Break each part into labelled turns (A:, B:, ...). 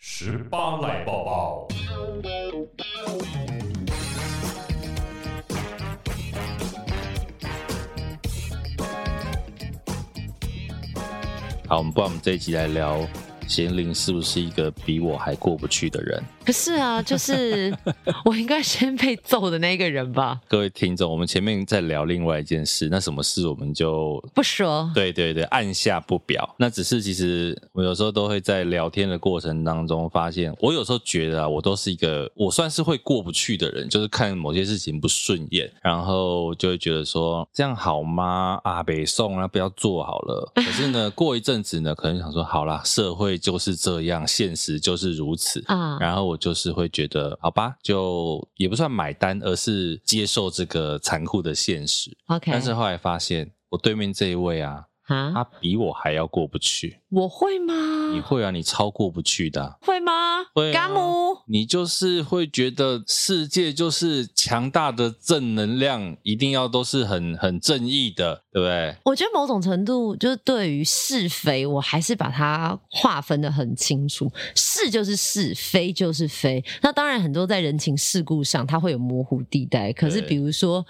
A: 十八来抱抱。
B: 好，我们不然我们这一集来聊贤玲是不是一个比我还过不去的人？
C: 可是啊，就是我应该先被揍的那个人吧？
B: 各位听众，我们前面在聊另外一件事，那什么事我们就
C: 不说，
B: 对对对，按下不表。那只是其实我有时候都会在聊天的过程当中发现，我有时候觉得啊，我都是一个我算是会过不去的人，就是看某些事情不顺眼，然后就会觉得说这样好吗？啊，北宋啊，不要做好了。可是呢，过一阵子呢，可能想说好啦，社会就是这样，现实就是如此
C: 啊
B: 然后我就是会觉得好吧，就也不算买单，而是接受这个残酷的现实。
C: OK，
B: 但是后来发现，我对面这一位啊，他
C: 啊，
B: 比我还要过不去。
C: 我会吗？
B: 你会啊，你超过不去的啊、
C: 会吗？
B: 会啊
C: 干姆，
B: 你就是会觉得世界就是强大的正能量，一定要都是很很正义的，对不对？
C: 我觉得某种程度就是对于是非，我还是把它划分的很清楚，是就是是，非就是非。那当然，很多在人情世故上，它会有模糊地带。可是，
B: 对
C: 比如说，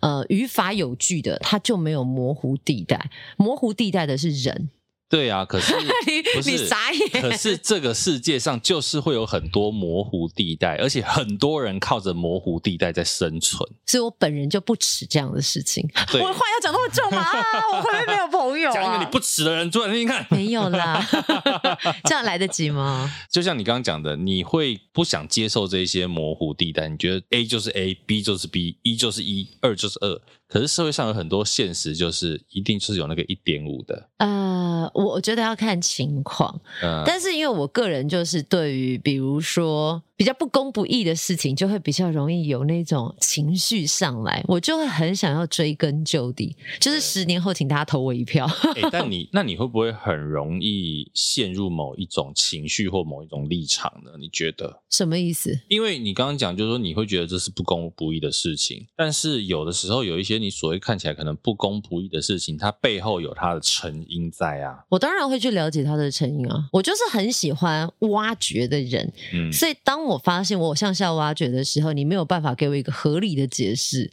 C: 呃，语法有据的，它就没有模糊地带。模糊地带的是人，
B: 对啊，可是不
C: 你
B: 是
C: 你傻眼
B: 可是这个世界上就是会有很多模糊地带，而且很多人靠着模糊地带在生存。
C: 所以我本人就不耻这样的事情。我
B: 对
C: 话要讲那么重 吗？啊我会不会没有朋友、啊？
B: 讲一个你不耻的人，突然听听看。
C: 没有啦， 这样来得及吗？
B: 就像你刚刚讲的，你会不想接受这些模糊地带，你觉得 A 就是 A，B 就是 B，一就是 E 一，二就是二。可是社会上有很多现实，就是一定就是有那个一点五的，
C: 呃，我我觉得要看情况，
B: 呃，
C: 但是因为我个人就是对于比如说比较不公不义的事情，就会比较容易有那种情绪上来，我就会很想要追根究底，就是十年后请大家投我一票。
B: 诶但你那你会不会很容易陷入某一种情绪或某一种立场呢？你觉得？
C: 什么意思？
B: 因为你刚刚讲，就是说你会觉得这是不公不义的事情，但是有的时候有一些你所谓看起来可能不公不义的事情，它背后有它的成因在啊。
C: 我当然会去了解他的成因啊，我就是很喜欢挖掘的人，
B: 嗯，
C: 所以当我发现我向下挖掘的时候，你没有办法给我一个合理的解释，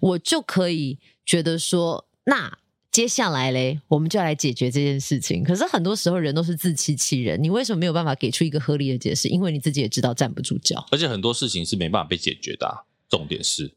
C: 我就可以觉得说，那接下来嘞，我们就要来解决这件事情。可是很多时候人都是自欺欺人，你为什么没有办法给出一个合理的解释？因为你自己也知道站不住脚，
B: 而且很多事情是没办法被解决的、啊。重点是，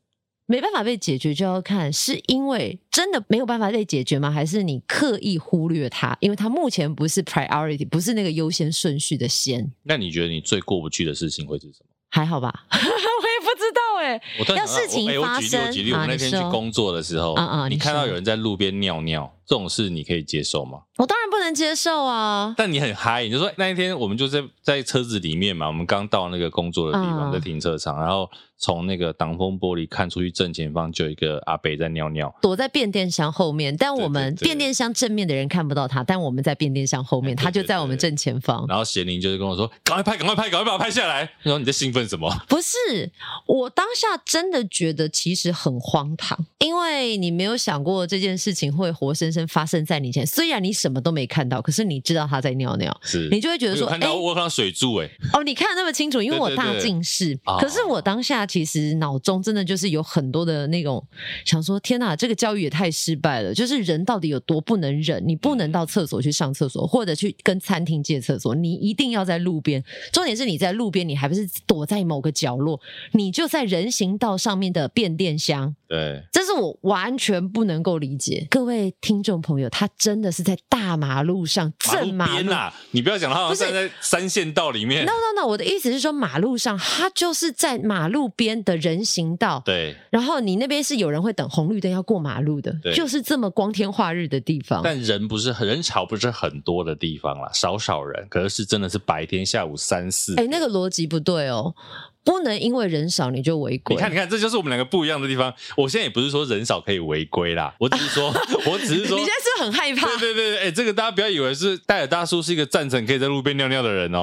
C: 没办法被解决，就要看是因为真的没有办法被解决吗？还是你刻意忽略它？因为它目前不是 priority，不是那个优先顺序的先，
B: 那你觉得你最过不去的事情会是什么？
C: 还好吧？ 我也不知道哎、
B: 我突然
C: 要
B: 想到
C: 事情
B: 我哎
C: 发生
B: 我举例，我举例，我
C: 啊
B: 们那天
C: 你说
B: 去工作的时候，
C: 啊啊
B: 你
C: 你
B: 看到
C: 说
B: 有人在路边尿尿，这种事你可以接受吗？
C: 我当然不能接受啊。
B: 但你很嗨，你就说那一天我们就在在车子里面嘛，我们刚到那个工作的地方，
C: 嗯
B: 在停车场，然后从那个挡风玻璃看出去，正前方就有一个阿伯在尿尿，
C: 躲在变电箱后面，但我们
B: 对对对
C: 变电箱正面的人看不到他，但我们在变电箱后面，
B: 对
C: 他就在我们正前方。
B: 然后贤玲就是跟我说：“赶快拍，赶快拍，赶快把它拍下来。”然后你在兴奋什么？
C: 不是，我当下真的觉得其实很荒唐，因为你没有想过这件事情会活生生发生在你前。虽然你什么都没看到，可是你知道他在尿尿，
B: 是，
C: 你就会觉
B: 我
C: 得
B: 有
C: 说，哎、
B: 看到我有看到水柱，哎，
C: 哦，你看得那么清楚，因为
B: 对
C: 我
B: 对
C: 大
B: 对
C: 近视。
B: 哦
C: 可是我当下其实脑中真的就是有很多的那种想说，天哪，这个教育也太失败了！就是人到底有多不能忍？你
B: 嗯
C: 不能到厕所去上厕所，或者去跟餐厅借厕所，你一定要在路边。重点是你在路边，你还不是躲在某个角落，你就在人行道上面的变电箱。
B: 对，
C: 这是我完全不能够理解，各位听众朋友，他真的是在大马路上正
B: 马路
C: 马
B: 边啊
C: 路
B: 啦，你不要讲他好像站在三线道里面
C: No，no no，我的意思是说，马路上它就是在马路边的人行道，
B: 对，
C: 然后你那边是有人会等红绿灯要过马路的
B: 对，
C: 就是这么光天化日的地方。
B: 但人不是很人潮不是很多的地方啦，少少人，可是真的是白天下午三四
C: 哎，那个逻辑不对哦，不能因为人少你就违规
B: 你。看，你看，这就是我们两个不一样的地方。我现在也不是说人少可以违规啦，我只是 说，我只是
C: 你
B: 说，
C: 现在是不是很害怕
B: 对，对对，哎、这个大家不要以为是戴尔大叔是一个赞成可以在 路边尿尿的人哦。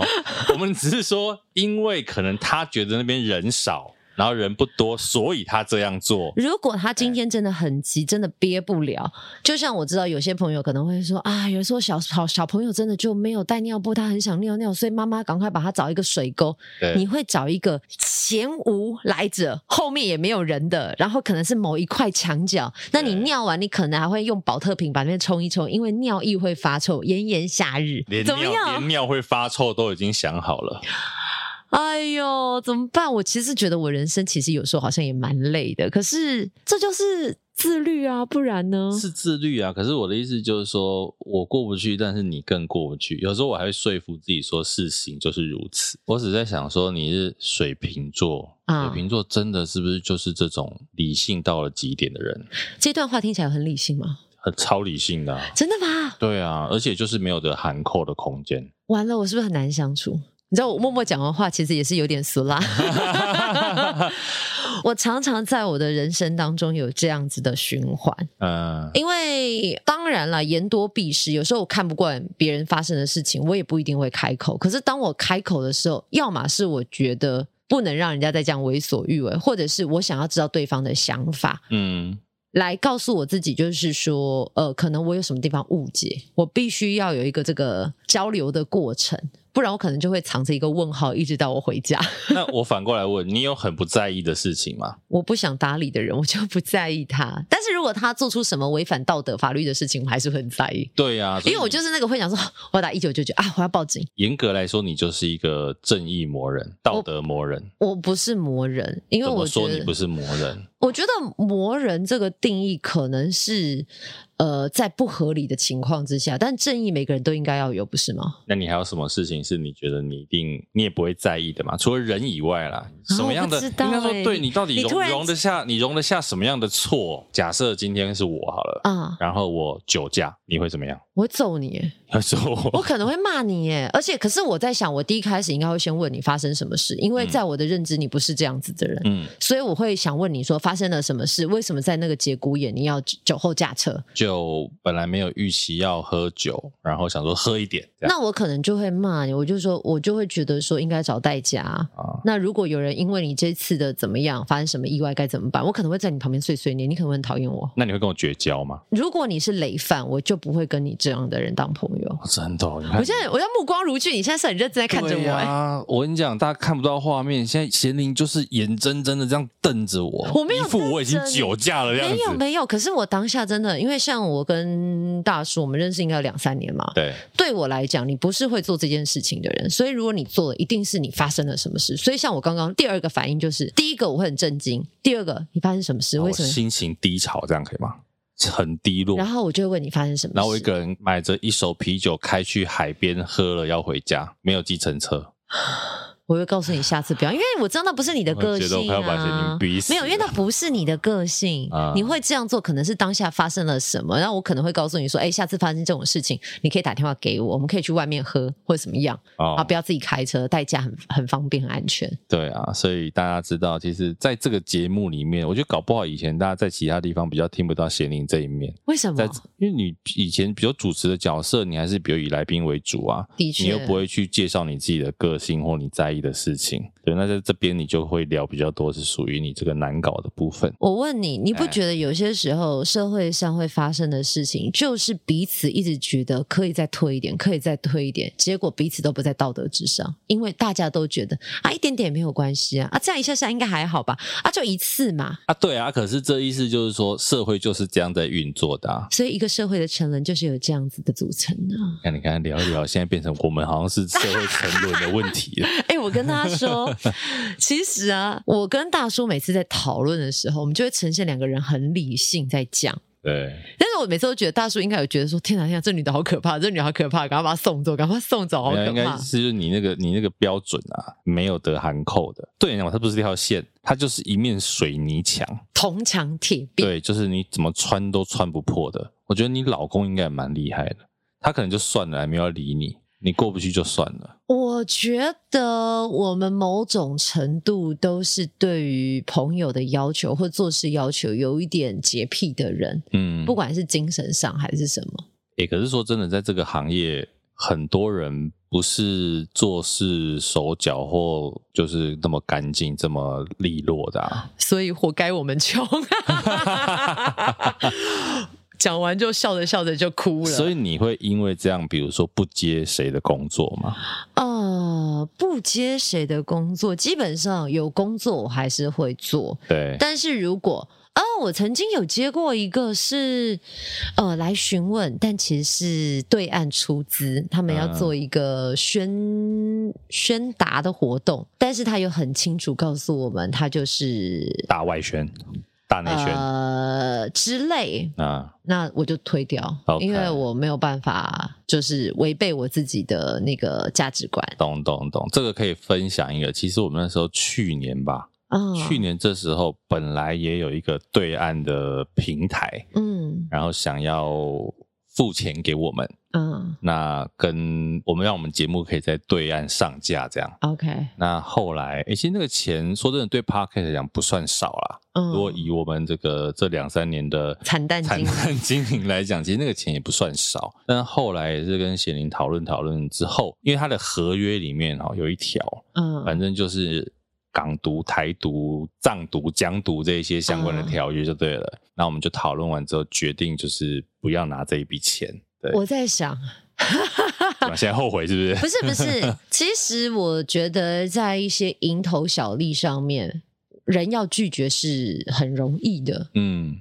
B: 我们只是说，因为可能他觉得那边人少，然后人不多，所以他这样做。
C: 如果他今天真的很急，真的憋不了，就像我知道有些朋友可能会说啊，有时候小小小朋友真的就没有带尿布，他很想尿尿，所以妈妈赶快把他找一个水沟，你
B: 对，
C: 会找一个前无来者，后面也没有人的，然后可能是某一块墙角。那你
B: 对
C: 尿完，你可能还会用保特瓶把那边冲一冲，因为尿意会发臭，炎炎夏日
B: 连，
C: 怎
B: 尿
C: 么样
B: 连？尿会发臭都已经想好了。
C: 哎呦，怎么办？我其实觉得我人生其实有时候好像也蛮累的，可是这就是自律啊，不然呢？
B: 是自律啊，可是我的意思就是说，我过不去，但是你更过不去。有时候我还会说服自己说，事情就是如此。我只在想说，你是水瓶座，
C: 啊
B: 水瓶座真的是不是就是这种理性到了极点的人，
C: 这段话听起来很理性吗？
B: 很超理性的、啊？
C: 真的吗？
B: 对啊，而且就是没有的含扣的空间。
C: 完了，我是不是很难相处？你知道我默默讲完话，其实也是有点俗啦。我常常在我的人生当中有这样子的循环，
B: 嗯，
C: 因为当然啦，言多必失。有时候我看不惯别人发生的事情，我也不一定会开口。可是当我开口的时候，要么是我觉得不能让人家再这样为所欲为，或者是我想要知道对方的想法，
B: 嗯，
C: 来告诉我自己，就是说，呃，可能我有什么地方误解，我必须要有一个这个交流的过程，不然我可能就会藏着一个问号，一直到我回家。
B: 那我反过来问，你有很不在意的事情吗？
C: 我不想搭理的人，我就不在意他。但是如果他做出什么违反道德法律的事情，我还是会很在意。
B: 对啊，
C: 因为我就是是那个会想说，我要打一九九九啊，我要报警。
B: 严格来说，你就是一个正义魔人、道德魔人。
C: 我不是魔人，因为
B: 怎么
C: 我觉
B: 说你
C: 得
B: 不，是魔人？
C: 我觉得魔人这个定义可能是，呃，在不合理的情况之下，但正义每个人都应该要有，不是吗？
B: 那你还有什么事情是你觉得你一定你也不会在意的吗？除了人以外啦，什么样的、
C: 啊我不知道
B: 应该说
C: 欸
B: 对你到底
C: 你
B: 容
C: 突然
B: 容得下你容得下什么样的错？假设今天是我好了，
C: 啊、
B: 然后我酒驾，你会怎么样？
C: 我会揍你耶，
B: 他说
C: 我
B: 我
C: 可能会骂你耶。而且，可是我在想，我第一开始应该会先问你发生什么事，因为
B: 嗯
C: 在我的认知，你不是这样子的人。
B: 嗯，
C: 所以我会想问你说发生了什么事？为什么在那个节骨眼你要酒后驾车？
B: 就本来没有预期要喝酒，然后想说喝一点，这样
C: 那我可能就会骂你，我就说我就会觉得说应该找代驾啊。
B: 啊，
C: 那如果有人因为你这次的怎么样发生什么意外该怎么办？我可能会在你旁边碎碎念，你可能会很讨厌我。
B: 那你会跟我绝交吗？
C: 如果你是累犯，我就不会跟你这样的人当朋友。
B: 哦真的哦、你看
C: 我现在我要目光如炬，你现在是很认真在看着
B: 对
C: 我、哎
B: 啊！我跟你讲，大家看不到画面，现在贤玲就是眼睁睁的这样瞪着我，
C: 我没有
B: 一副
C: 瞪
B: 我已经
C: 着你
B: 酒驾了的样
C: 没有
B: 子。
C: 没有，可是我当下真的，因为像我跟大叔，我们认识应该有两三年嘛。
B: 对，
C: 对我来讲，你不是会做这件事情的人，所以如果你做了，一定是你发生了什么事。所以像我刚刚第二个反应就是，第一个我会很震惊，第二个你发生什么事，
B: 然后
C: 为
B: 我
C: 什么？
B: 心情低潮，这样可以吗？很低落。
C: 然后我就会问你发生什么事。
B: 然后我一个人买着一手啤酒开去海边喝了，要回家，没有计程车。
C: 我会告诉你下次不要，因为我知道那不是你的个
B: 我觉得我
C: 性
B: 快要把咸
C: 啊
B: 宁逼。死
C: 没有，因为那不是你的个性
B: 啊，
C: 你会这样做可能是当下发生了什么，然后我可能会告诉你说，哎，下次发生这种事情，你可以打电话给我，我们可以去外面喝或者怎么样
B: 哦
C: 啊，不要自己开车，代驾很很方便、很安全。
B: 对啊，所以大家知道，其实在这个节目里面，我觉得搞不好以前大家在其他地方比较听不到咸宁这一面，
C: 为什么
B: 在？因为你以前比较主持的角色，你还是比如以来宾为主啊，
C: 的确，
B: 你又不会去介绍你自己的个性或你在意的事情。对，那在这边你就会聊比较多是属于你这个难搞的部分。
C: 我问你，你不
B: 哎
C: 觉得有些时候社会上会发生的事情，就是彼此一直觉得可以再推一点，可以再推一点，结果彼此都不在道德之上，因为大家都觉得啊一点点也没有关系啊，啊这样一下下应该还好吧，啊就一次嘛，
B: 啊，对啊，可是这意思就是说，社会就是这样在运作的、啊。
C: 所以一个社会的成人就是有这样子的组成啊。
B: 看，你看，聊一聊，现在变成我们好像是社会沉沦的问题了。
C: 哎、我跟大家 说，其实啊，我跟大叔每次在讨论的时候，我们就会呈现两个人很理性在讲。
B: 对，
C: 但是我每次都觉得大叔应该有觉得说，天哪天哪，这女的好可怕，这女的好可怕，赶快把她送走，赶快送走， 好
B: 没有
C: 可
B: 应该
C: 怕。
B: 是就是你那个你那个标准啊，没有得含扣的。对你来讲，它不是一条线，它就是一面水泥墙。
C: 铜墙铁壁，
B: 对，就是你怎么穿都穿不破的。我觉得你老公应该也蛮厉害的，他可能就算了，还没有要理你，你过不去就算了。
C: 我觉得我们某种程度都是对于朋友的要求或做事要求有一点洁癖的人，
B: 嗯，
C: 不管是精神上还是什么。
B: 欸诶、可是说真的，在这个行业很多人不是做事手脚或就是那么干净、这么利落的、啊。
C: 所以活该我们 穷。讲完就笑着笑着就哭了。
B: 所以你会因为这样，比如说不接谁的工作吗？
C: 呃，不接谁的工作，基本上有工作我还是会做。
B: 对，
C: 但是如果啊、我曾经有接过一个是呃来询问，但其实是对岸出资，他们要
B: 嗯
C: 做一个宣、宣达的活动，但是他有很清楚告诉我们，他就是
B: 大外宣、大内宣啊、
C: 呃之类，那我就推掉
B: OK
C: 因为我没有办法，就是违背我自己的那个价值观
B: 懂懂懂，这个可以分享一个。其实我们那时候去年吧，
C: 啊。
B: 去年这时候本来也有一个对岸的平台，
C: 嗯
B: 然后想要付钱给我们，
C: 嗯
B: 那跟我们让我们节目可以在对岸上架这样。
C: ，OK，
B: 那后来，诶，其实那个钱说真的，对 Podcast 来讲不算少啦。
C: 嗯，
B: 如果以我们这个这两三年的
C: 惨淡经
B: 惨
C: 营
B: 淡经营来讲，其实那个钱也不算少。但后来也是跟贤玲讨论讨论之后，因为他的合约里面哦有一条，
C: 嗯
B: 反正就是港独、台独、藏独、疆独这一些相
C: 嗯
B: 关的条约就对了。那我们就讨论完之后，决定就是不要拿这一笔钱。对，
C: 我在想，
B: 对吧现在后悔是不是？
C: 不是不是，其实我觉得在一些蝇头小利上面，人要拒绝是很容易的。
B: 嗯，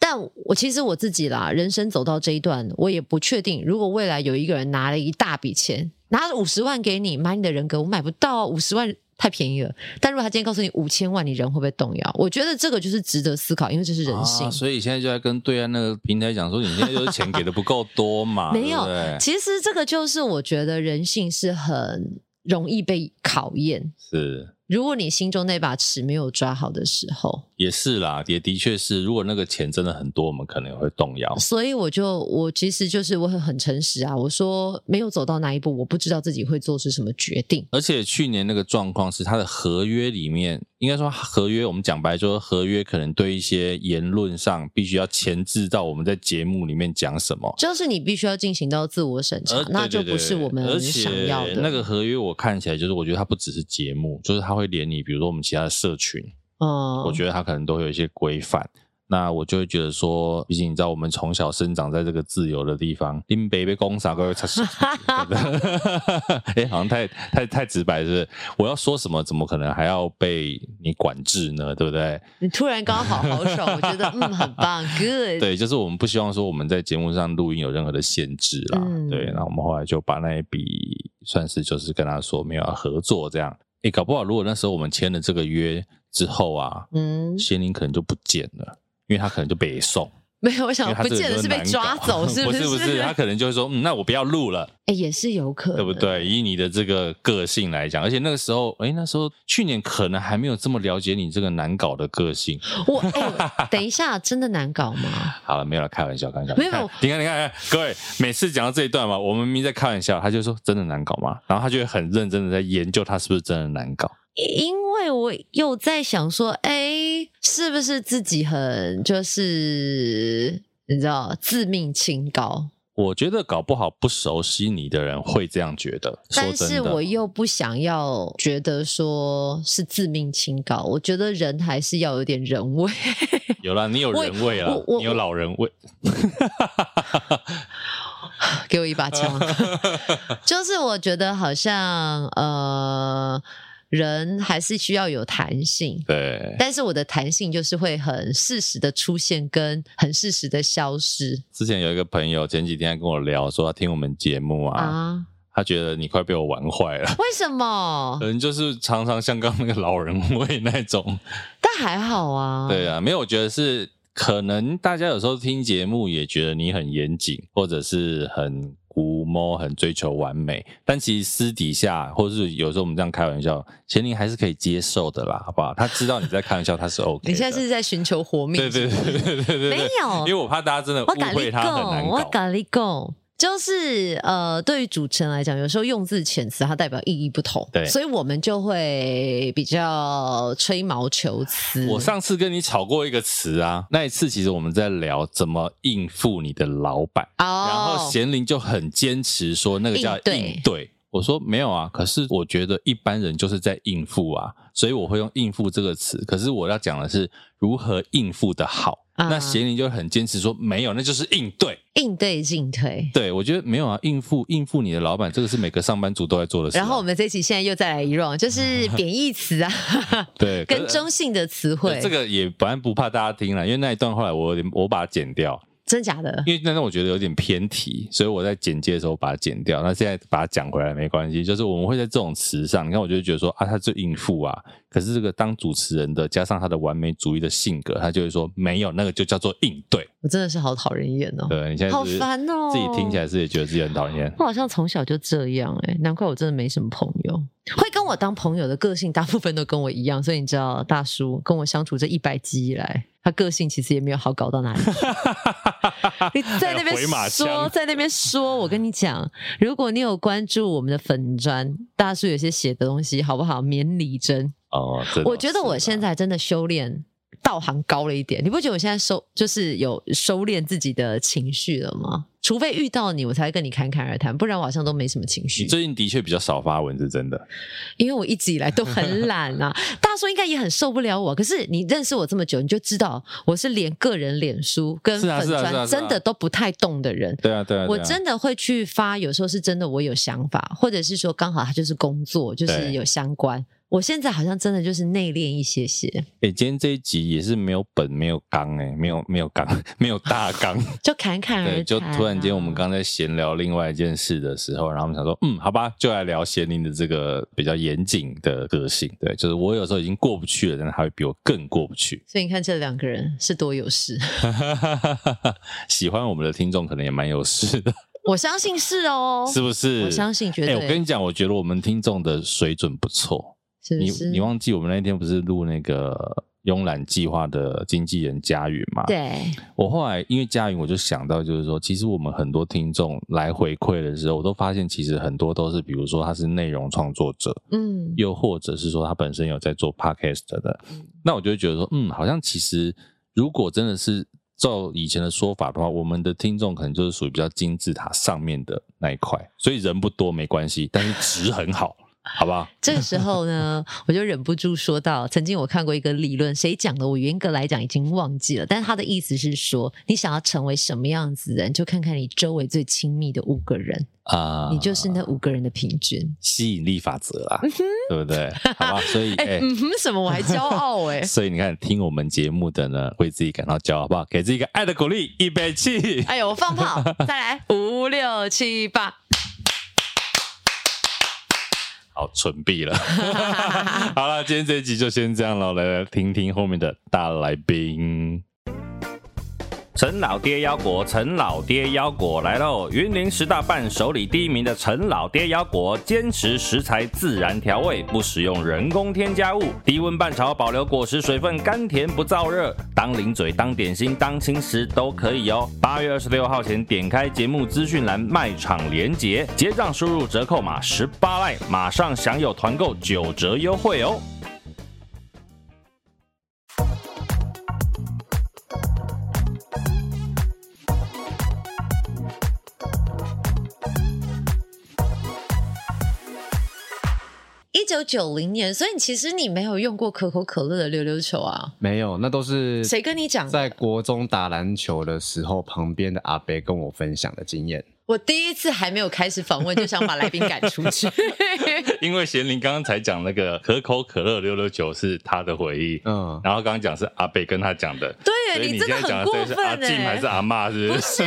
C: 但我其实我自己啦，人生走到这一段，我也不确定，如果未来有一个人拿了一大笔钱，拿五十万给你买你的人格，我买不到五十万。太便宜了，但如果他今天告诉你五千万，你人会不会动摇？我觉得这个就是值得思考，因为这是人性。
B: 啊所以现在就在跟对岸那个平台讲说，你现在就是钱给的不够多嘛，
C: 没
B: 对
C: 有
B: 不对
C: 其实这个就是我觉得人性是很容易被考验，
B: 是。
C: 如果你心中那把尺没有抓好的时候，
B: 也是啦，也的确是。如果那个钱真的很多，我们可能也会动摇。
C: 所以我就我其实就是我很很诚实啊，我说没有走到那一步，我不知道自己会做出什么决定。
B: 而且去年那个状况是，他的合约里面，应该说合约，我们讲白说，合约可能对一些言论上必须要前置到我们在节目里面讲什么。
C: 就是你必须要进行到自我审查
B: 而，
C: 那就
B: 呃对对对
C: 不是我们
B: 而
C: 想要
B: 且
C: 的。
B: 那个合约我看起来就是，我觉得它不只是节目，就是它会连你，比如说我们其他的社群，
C: 嗯，
B: 我觉得它可能都会有一些规范。那我就会觉得说，毕竟你知道，我们从小生长在这个自由的地方，林北被攻啥个 擦哎， 好像太太太直白，是不是？我要说什么，怎么可能还要被你管制呢？对不对？
C: 你突然刚好好爽，我觉得嗯很棒，good。
B: 对，就是我们不希望说我们在节目上录音有任何的限制啦。
C: 嗯
B: 对，那我们后来就把那一笔算是就是跟他说没有要合作这样。哎，搞不好如果那时候我们签了这个约之后啊，
C: 嗯，
B: 仙灵可能就不见了，因为他可能就被送。
C: 没有，我
B: 因
C: 想
B: 为他
C: 哦不
B: 这个
C: 见得
B: 就是
C: 被
B: 难
C: 抓
B: 搞
C: 走，
B: 不
C: 是
B: 是 不是，他可能就会说，嗯，那我不要录了，
C: 哎，也是有可能，
B: 对不？对？以你的这个个性来讲，而且那个时候，哎，那时候去年可能还没有这么了解你这个难搞的个性。
C: 我哎，等一下，真的难搞吗？
B: 好了，没有了，开玩笑，开玩笑。
C: 没有
B: 你看你看，你看，各位，每次讲到这一段嘛，我们明明在开玩笑，他就说真的难搞嘛，然后他就会很认真的在研究他是不是真的难搞。
C: 因为我又在想说，哎，是不是自己很就是你知道自命清高？
B: 我觉得搞不好不熟悉你的人会这样觉得。说
C: 但是
B: 真
C: 我
B: 的，
C: 又不想要觉得说是自命清高，我觉得人还是要有点人味。
B: 有啦，你有
C: 我
B: 人味啦
C: 我，我
B: 你有老人味。
C: 给我一把 枪，就是我觉得好像呃，人还是需要有弹性。
B: 对，
C: 但是我的弹性就是会很适时的出现，跟很适时的消失
B: 之前有一个朋友前几天还跟我聊说，他听我们节目啊，
C: 啊？
B: 他觉得你快被我玩坏了，
C: 为什么
B: 可？能就是常常像刚刚那个老人味那种。
C: 但还好啊。
B: 对啊，没有，我觉得是可能大家有时候听节目也觉得你很严谨，或者是很古摸，很追求完美，但其实私底下，或是有时候我们这样开玩笑，贤玲还是可以接受的啦，好不好？他知道你在开玩笑，他是 OK 的。
C: 你现在是在寻求活命？
B: 对对对对对对对，
C: 没有
B: 因为我怕大家真的
C: 我
B: 误
C: 咖
B: 会
C: 喱
B: 他很难
C: 贡，我
B: 搞。
C: 咖喱贡。就是呃，对于主持人来讲，有时候用字遣词它代表意义不同，
B: 对
C: 所以我们就会比较吹毛求疵。
B: 我上次跟你吵过一个词啊，那一次其实我们在聊怎么应付你的老板，然后
C: 哦，
B: 贤玲就很坚持说那个叫
C: 应对
B: 应对。我说没有啊，可是我觉得一般人就是在应付啊，所以我会用应付这个词。可是我要讲的是如何应付的好。
C: 啊
B: 那贤玲就很坚持说没有，那就是应对。
C: 应对进退。
B: 对我觉得没有啊，应付应付你的老板，这个是每个上班族都在做的事啊、
C: 然后我们这一期现在又再来一 round，就是贬义词啊，
B: 对 可是
C: 跟中性的词汇，
B: 这个也本来不怕大家听了，因为那一段后来我有点我把它剪掉，
C: 真假的？
B: 因为那段我觉得有点偏题，所以我在简介的时候把它剪掉。那现在把它讲回来没关系，就是我们会在这种词上，你看我就会觉得说啊，他就应付啊，可是这个当主持人的加上他的完美主义的性格，他就会说没有那个就叫做应对。
C: 我真的是好讨人厌哦，
B: 对你现在
C: 好
B: 是不是
C: 烦哦，
B: 自己听起来是也觉得自己很讨 厌。
C: 我好像从小就这样哎、难怪我真的没什么朋友。会跟我当朋友的个性，大部分都跟我一样，所以你知道，大叔跟我相处这一百集以来，他个性其实也没有好搞到 哪里。你在那边
B: 回马
C: 说，
B: 枪
C: 在那边说，我跟你讲，如果你有关注我们的粉砖，大叔有些写的东西，好不好？免礼真，
B: 哦，真的
C: 我觉得我现在真的修炼道行高了一点，你不觉得我现在收就是有收敛自己的情绪了吗？除非遇到你，我才会跟你侃侃而谈，不然我好像都没什么情
B: 你
C: 绪，
B: 最近的确比较少发文，是真的。
C: 因为我一直以来都很懒啊。大叔应该也很受不了我，可是你认识我这么久，你就知道我是连个人脸书跟
B: 是啊
C: 粉
B: 是啊是啊
C: 砖
B: 是啊
C: 真的都不太动的人。
B: 对啊，对啊，
C: 我
B: 对啊
C: 真的会去发，有时候是真的我有想法，或者是说刚好它就是工作，就是
B: 对
C: 有相关。我现在好像真的就是内敛一些些。
B: 诶，今天这一集也是没有本，没有纲，诶，没有没有纲， 没有大纲。
C: 就侃侃而谈、啊
B: 对，就突然间我们。刚在闲聊另外一件事的时候，然后我们想说，嗯，好吧，就来聊贤玲的这个比较严谨的个性。对，就是我有时候已经过不去了，但是他会比我更过不去。
C: 所以你看，这两个人是多有事，
B: 喜欢我们的听众可能也蛮有事的，
C: 我相信是哦，
B: 是不是？
C: 我相信绝对
B: 诶我跟你讲，我觉得我们听众的水准不错。
C: 是
B: 你
C: 不是？
B: 你忘记我们那天不是录那个慵懒计划的经纪人佳云吗？。
C: 对，
B: 我后来因为佳云，我就想到，就是说，其实我们很多听众来回馈的时候，我都发现其实很多都是，比如说他是内容创作者，
C: 嗯，
B: 又或者是说他本身有在做 podcast 的，那我就会觉得说，嗯，好像其实如果真的是照以前的说法的话，我们的听众可能就是属于比较金字塔上面的那一块，所以人不多没关系，但是值很好，好不 好？
C: 这个时候呢，我就忍不住说到，曾经我看过一个理论，谁讲的？我严格来讲已经忘记了，但他的意思是说，你想要成为什么样子的人，就看看你周围最亲密的五个人，
B: 啊、
C: 你就是那五个人的平均。
B: 吸引力法则啦，对不对？好吧，所以哎。
C: 哎，嗯哼，什么？我还骄傲 哎、
B: 所以你看，听我们节目的呢，为自己感到骄傲，好不好？给自己一个爱的鼓励，一杯气。
C: 哎呦，我放炮，再来五六七八。
B: 好，蠢毙了。 好了，今天这一集就先这样了，来来听听后面的大来宾。
D: 陈老爹腰果，陈老爹腰果来喽！云林十大伴手礼第一名的陈老爹腰果，坚持食材自然调味，不使用人工添加物，低温拌炒，保留果实水分，甘甜不燥热，当零嘴、当点心、当轻食都可以哦。八月二十六号前点开节目资讯栏卖场连结，结账输入折扣码十八赖，马上享有团购九折优惠哦。
C: 一九九零年，所以其实你没有用过可口可乐的溜溜球啊？
E: 没有，那都是
C: 谁跟你讲的
E: 在国中打篮球的时候，旁边的阿伯跟我分享的经验。
C: 我第一次还没有开始访问，就想把来宾赶出 去。
B: 因为贤玲刚刚才讲那个可口可乐六六九是他的回忆，
E: 嗯，
B: 然后刚刚讲是阿贝跟他讲的，所
C: 对
B: 以你
C: 真
B: 现
C: 的
B: 在讲
C: 很
B: 的
C: 过
B: 这个是
C: 分
B: 阿静
C: 哎、
B: 还是阿妈？是不
C: 不
B: 是？
C: 是，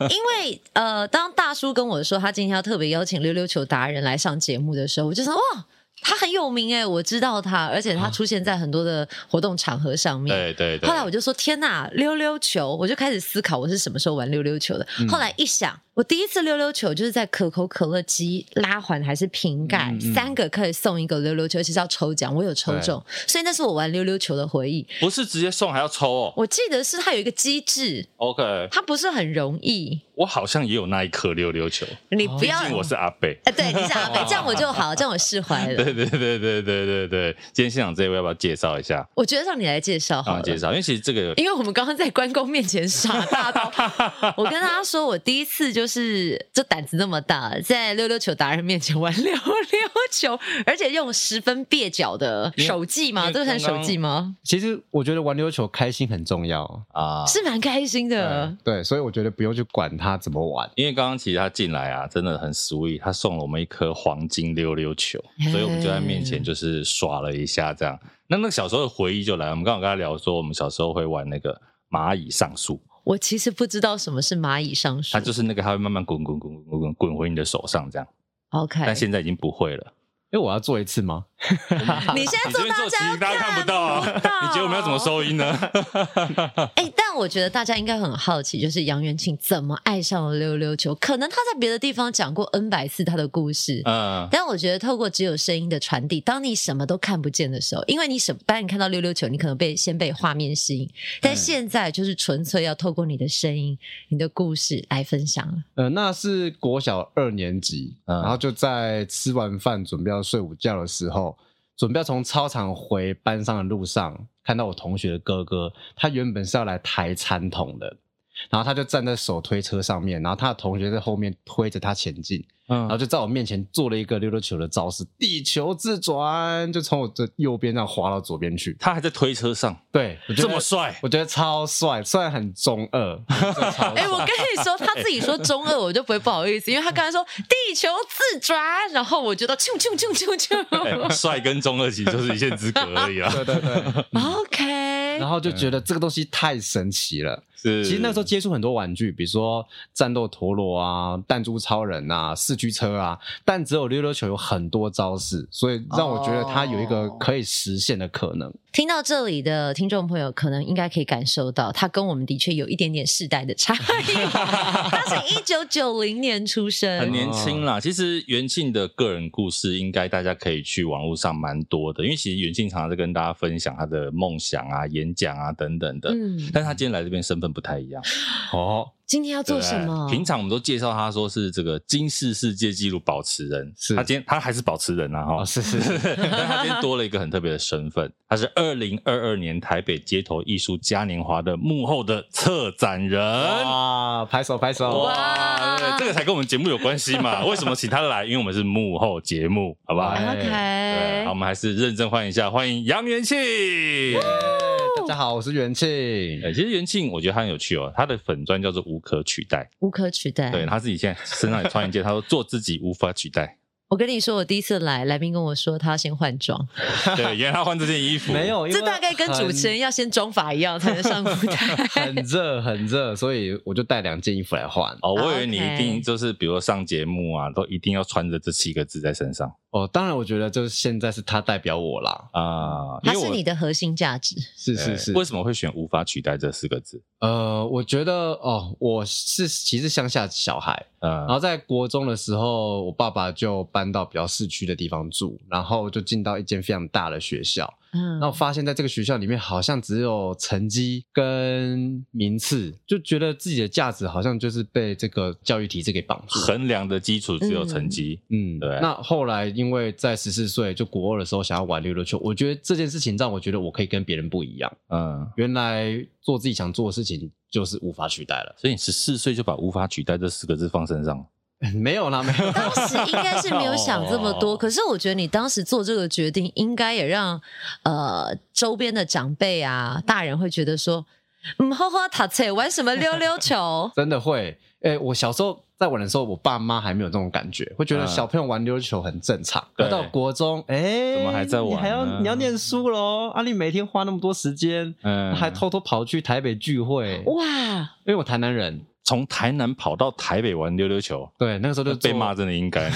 C: 因为呃，当大叔跟我说他今天要特别邀请溜溜球达人来上节目的时候，我就说哇，他很有名哎、我知道他，而且他出现在很多的活动场合上面。
B: 对对对。
C: 后来我就说天呐，溜溜球！我就开始思考我是什么时候玩溜溜球的。后来一想，我第一次溜溜球就是在可口可乐机拉环还是瓶盖，
E: 嗯嗯
C: 三个可以送一个溜溜球，而且是要抽奖，我有抽中，所以那是我玩溜溜球的回忆。
F: 不是直接送还要抽哦。
C: 我记得是它有一个机制，
F: OK，
C: 它不是很容易，
F: 我好像也有那一颗溜溜球，
C: 你不
F: 毕
C: 要。
F: 竟我是阿贝。
C: 哎，对，你是阿北，这样我就好，这样我释怀了。
F: 对对对对对对对，今天现场这位要不要介绍一下？
C: 我觉得让你来介绍好
F: 啊，
C: 了，
F: 介绍，因为其实这个
C: 因为我们刚刚在关公面前傻大刀。 我跟他说，我第一次就是这胆子那么大，在溜溜球达人面前玩溜溜球，而且用十分蹩脚的手技吗？
F: 因为
C: 这算手技吗？
E: 其实我觉得玩溜球开心很重要，
F: 啊，
C: 是蛮开心的。
E: 对，所以我觉得不用去管它怎么玩。
F: 因为刚刚其实他进来啊，真的很 sweet，他送了我们一颗黄金溜溜球，所以我们就在面前
E: 嗯
C: 哎
F: 就是耍了一下这样。那那个小时候的回忆就来了，我们刚好跟他聊说，我们小时候会玩那个蚂蚁上树，
C: 我其实不知道什么是蚂蚁上树
F: 它就是那个它会慢慢滚滚滚滚滚滚滚回你的手上这样，
C: ，OK。
F: 但现在已经不会了。
E: 因为我要做一次吗？
C: 你现在
F: 你这
C: 做
F: 边
C: 大
F: 做其
C: 家
F: 实
C: 要
F: 大家看不到啊， 你觉得我们要怎么？收音呢？
C: 哎、但我觉得大家应该很好奇，就是杨元庆怎么爱上了溜溜球？可能他在别的地方讲过 N 百次他的故事，
F: 嗯，
C: 但我觉得透过只有声音的传递，当你什么都看不见的时候，因为你什当你看到溜溜球，你可能被先被画面吸引，但现在就是纯粹要透过你的声音、你的故事来分享了。
E: 呃，那是国小二年级，
F: 嗯
E: 然后就在吃完饭准备要睡午觉的时候，准备要从操场回班上的路上，看到我同学的哥哥，他原本是要来抬餐桶的，然后他就站在手推车上面，然后他的同学在后面推着他前进，然后
F: 嗯，
E: 就在我面前做了一个溜溜球的招式，地球自转，就从我的右边这样滑到左边去。
F: 他还在推车上，
E: 对，我觉
F: 这
E: 得
F: 么帅，
E: 我觉得超帅，虽然很中二，真的超
C: 哎、我跟你说，他自己说中二，我就不会不好意思，因为他刚才说地球自转，然后我觉得啾啾啾啾
F: 哎
C: 啾。
F: 帅跟中二其实就是一线之隔而已啊。
E: 对对对，
C: OK，
E: 然后就觉得这个东西太神奇了。
F: 是，
E: 其实那时候接触很多玩具，比如说战斗陀螺啊、弹珠超人啊、四驱车啊，但只有溜溜球有很多招式，所以让我觉得它有一个可以实现的可能。
C: 听到这里的听众朋友，可能应该可以感受到，他跟我们的确有一点点世代的差异。他是一九九零年出
F: 很
C: 生，
F: 年轻哦啦。其实元庆的个人故事，应该大家可以去网络上蛮多的，因为其实元庆常常在跟大家分享他的梦想啊、演讲啊等等的。
C: 嗯，
F: 但是他今天来这边身份不太一样，
E: 哦，
C: 今天要做
F: 对不
C: 什
F: 对
C: 么？
F: 平常我们都介绍他说是这个金氏世界纪录保持人，
E: 是
F: 他今天他还是保持人啊哈、
E: 哦，是是 是，
F: 但他今天多了一个很特别的身份，他是二零二二年台北街头艺术嘉年华的幕后的策展人。
E: 哇，啊拍手拍手，
C: 哇
F: 哇，对，这个才跟我们节目有关系嘛？为什么请他来？因为我们是幕后节目，好不好？
E: 哎
F: 对，好，我
C: OK，
F: 们还是认真欢迎一下，欢迎杨元庆。
E: 大家好，我是元庆。
F: 呃，其实元庆我觉得他很有趣哦，他的粉砖叫做无可取代，
C: 无可取代。
F: 对他自己现在身上也穿一件，他说做自己无法取代，
C: 我跟你说，我第一次来，来宾跟我说他要先换装，
F: 对，原来他换这件 衣服
E: 没，有，因为
C: 这大概跟主持人要先装法一样才能上舞台。
E: 很很热很热，所以我就带两件衣服来换。
F: 哦， 我以为你一
C: OK
F: 定就是比如说上节目啊，都一定要穿着这七个字在身上
E: 哦，当然，我觉得就是现在是他代表我啦。
F: 啊，因
C: 他
F: 为
C: 是
F: 我
C: 你的核心价值，
E: 是
F: 对
E: 是是，
F: 为什么会选无法取代这四个字？
E: 呃，我觉得哦，我是其实乡下小孩，然
F: 呃
E: 后在国中的时候，我爸爸就搬到比较市区的地方住，然后就进到一间非常大的学校。
C: 嗯
E: 那我发现在这个学校里面，好像只有成绩跟名次，就觉得自己的价值好像就是被这个教育体制给绑住。
F: 衡量的基础只有成绩，
E: 嗯，
F: 对
E: 那后来因为在十四岁就国二的时候想要玩溜溜球，我觉得这件事情让我觉得我可以跟别人不一样。
F: 嗯，
E: 原来做自己想做的事情就是无法取代了。
F: 所以你十四岁就把“无法取代”这四个字放身上，
E: 没有啦，没有。
C: 当时应该是没有想这么多，
E: 哦？
C: 可是我觉得你当时做这个决定，应该也让呃周边的长辈啊、大人会觉得说，嗯，好好塔菜玩什么溜溜 球
E: 真的会。诶、我小时候在玩的时候，我爸妈还没有这种感觉，会觉得
F: 嗯
E: 小朋友玩溜溜球很正常。
F: 对
E: 可到国中，诶，
F: 怎么还在玩呢
E: 你还要你要念书喽？啊，你每天花那么多时间，
F: 嗯，哦
E: 还偷偷跑去台北聚会，因
C: 哇，
E: 为我台南人。
F: 从台南跑到台北玩溜溜球，
E: 对，那个时候就
F: 被 骂，真的应 该。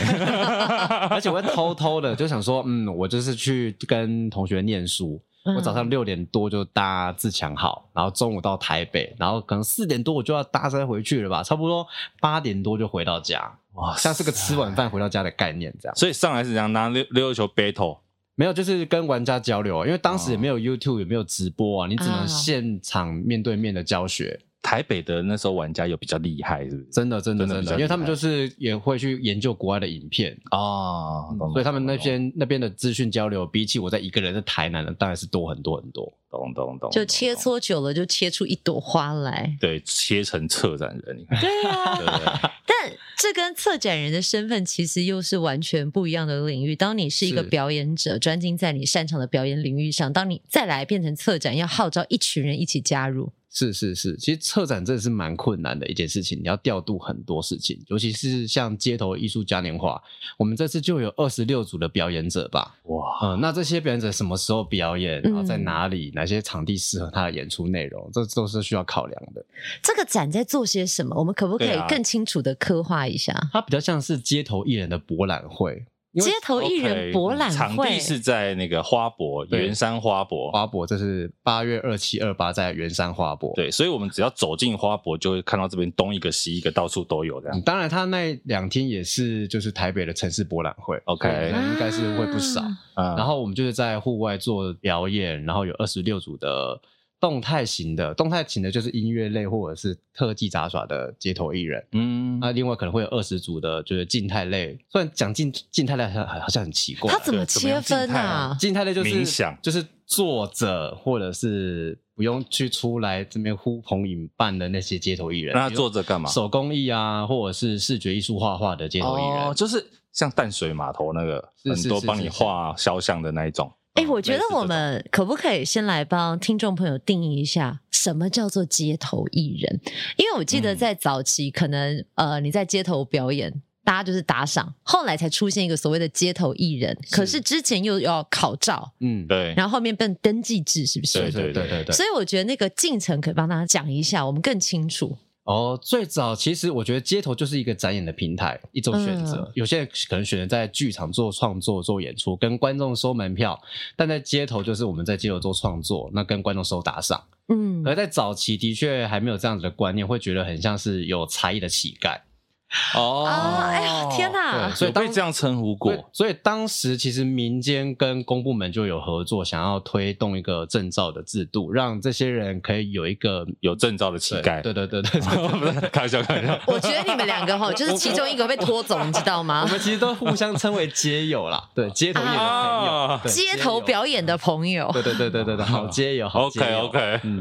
E: 而且我会偷偷的就想说，嗯，我就是去跟同学念书，
C: 嗯
E: 我早上六点多就搭自强号，然后中午到台北，然后可能四点多我就要搭车回去了吧，差不多八点多就回到家，
F: 哇
E: 像是个吃晚饭回到家的概念这样。
F: 所以上来是这样拿溜溜球 battle，
E: 没有，就是跟玩家交流啊，因为当时也没有 YouTube，也没有直播啊，你只
C: 啊
E: 能现场面对面的教学。
F: 台北的那时候玩家有比较厉害，是不是？
E: 真的，真的，
F: 真
E: 真
F: 的比
E: 的，
F: 较
E: 因为他们
F: 厉害
E: 就是也会去研究国外的影片，
F: 啊，懂
E: 所以他们那
F: 些
E: 边那边的资讯交流，比起我在一个人在台南的，当然是多很多很多。
F: 懂懂懂，
C: 就切
F: 错，。
C: 磋久了，就切出一朵花来
F: 对，切成策展人，你看，
C: 对啊
F: 对，不对？
C: 但这跟策展人的身份其实又是完全不一样的领域。当你是一个
E: 是
C: 表演者，专精在你擅长的表演领域上，当你再来变成策展，要号召一群人一起加入。
E: 是是是，其实策展真的是蛮困难的一件事情，你要调度很多事情，尤其是像街头艺术嘉年华，我们这次就有二十六组的表演者吧。
F: 哇，
E: 嗯，那这些表演者什么时候表演，然后在哪里，哪些场地适合他的演出内容，这都是需要考量的。
C: 这个展在做些什么？我们可不可
F: 对
C: 以
F: 啊
C: 更清楚的刻画一下？
E: 它比较像是街头艺人的博览会，因为
C: 街头哦艺人
F: OK，
C: 博览
F: 场
C: 会
F: 地是在那个花博
E: 对
F: 圆山花博，
E: 花博这是八月二七二八在圆山花博。
F: 对，所以我们只要走进花博，就会看到这边东一个西一个，到处都有这
E: 嗯，
F: 样。
E: 当然他那两天也是就是台北的城市博览会
F: OK
E: 所以人应该是会不少。
C: 啊
F: 嗯
E: 然后我们就是在户外做表演，然后有二十六组的动态型的，动态型的就是音乐类或者是特技杂耍的街头艺人。
F: 嗯
E: 那另外可能会有二十组的，就是静态类。虽然讲静静态类好像好像很奇怪
C: 他，怎么切
F: 怎么样
C: 分
F: 静态啊
C: 啊？
E: 静态类就是
F: 冥想
E: 就是坐着或者是不用去出来这边呼朋引伴的那些街头艺人。
F: 那他
E: 比如
F: 坐着干嘛？
E: 手工艺啊，或者是视觉艺术画画的街头艺人，
F: 哦，就是像淡水码头那个
E: 是
F: 很
E: 是
F: 多
E: 是
F: 帮
E: 是
F: 你
E: 是
F: 画肖像的那一种。
C: 哎、
F: 嗯
C: 我觉
F: 类
C: 得
F: 似这
C: 我
F: 种
C: 们可不可以先来帮听众朋友定义一下，什么叫做街头艺人？因为我记得
F: 嗯
C: 在早期，可能、呃你在街头表演，大家就是打赏，后来才出现一个所谓的街头艺人，可是之前又要考照，
E: 嗯，
F: 对，
C: 然后后面变登记制，是不
F: 对
C: 是？
E: 对对对对。
C: 所以我觉得那个进程可以帮大家讲一下，我们更清楚。
E: 哦，最早其实我觉得街头就是一个展演的平台，一种选择。有些人可能选择在剧场做创作、做演出，跟观众收门票；但在街头就是我们在街头做创作，那跟观众收打赏。
C: 嗯
F: 哎
E: 而在早期的确还没有这样子的观念，会觉得很像是有才艺的乞丐。
F: 哦，
C: 啊，哎呀，天哪
E: 对！
F: 所
E: 所
F: 以
E: 以
F: 被
E: 当
F: 这样称呼
E: 所以
F: 过，
E: 所以当时其实民间跟公部门就有合作，想要推动一个证照的制度，让这些人可以有一个
F: 有证照的乞丐。
E: 对对对对对。
F: 不是 开玩笑，开玩笑。
C: 我觉得你们两个哈，就是其中一个被拖走，你知道吗
E: 我？ 们其实都互相称为街友啦， 对，街头艺人的朋友
F: 啊，
E: 对
C: 街头表演的朋友，
E: 对对对对对对， 好街友，好街
F: OK
E: 友。
F: OK，
E: 嗯，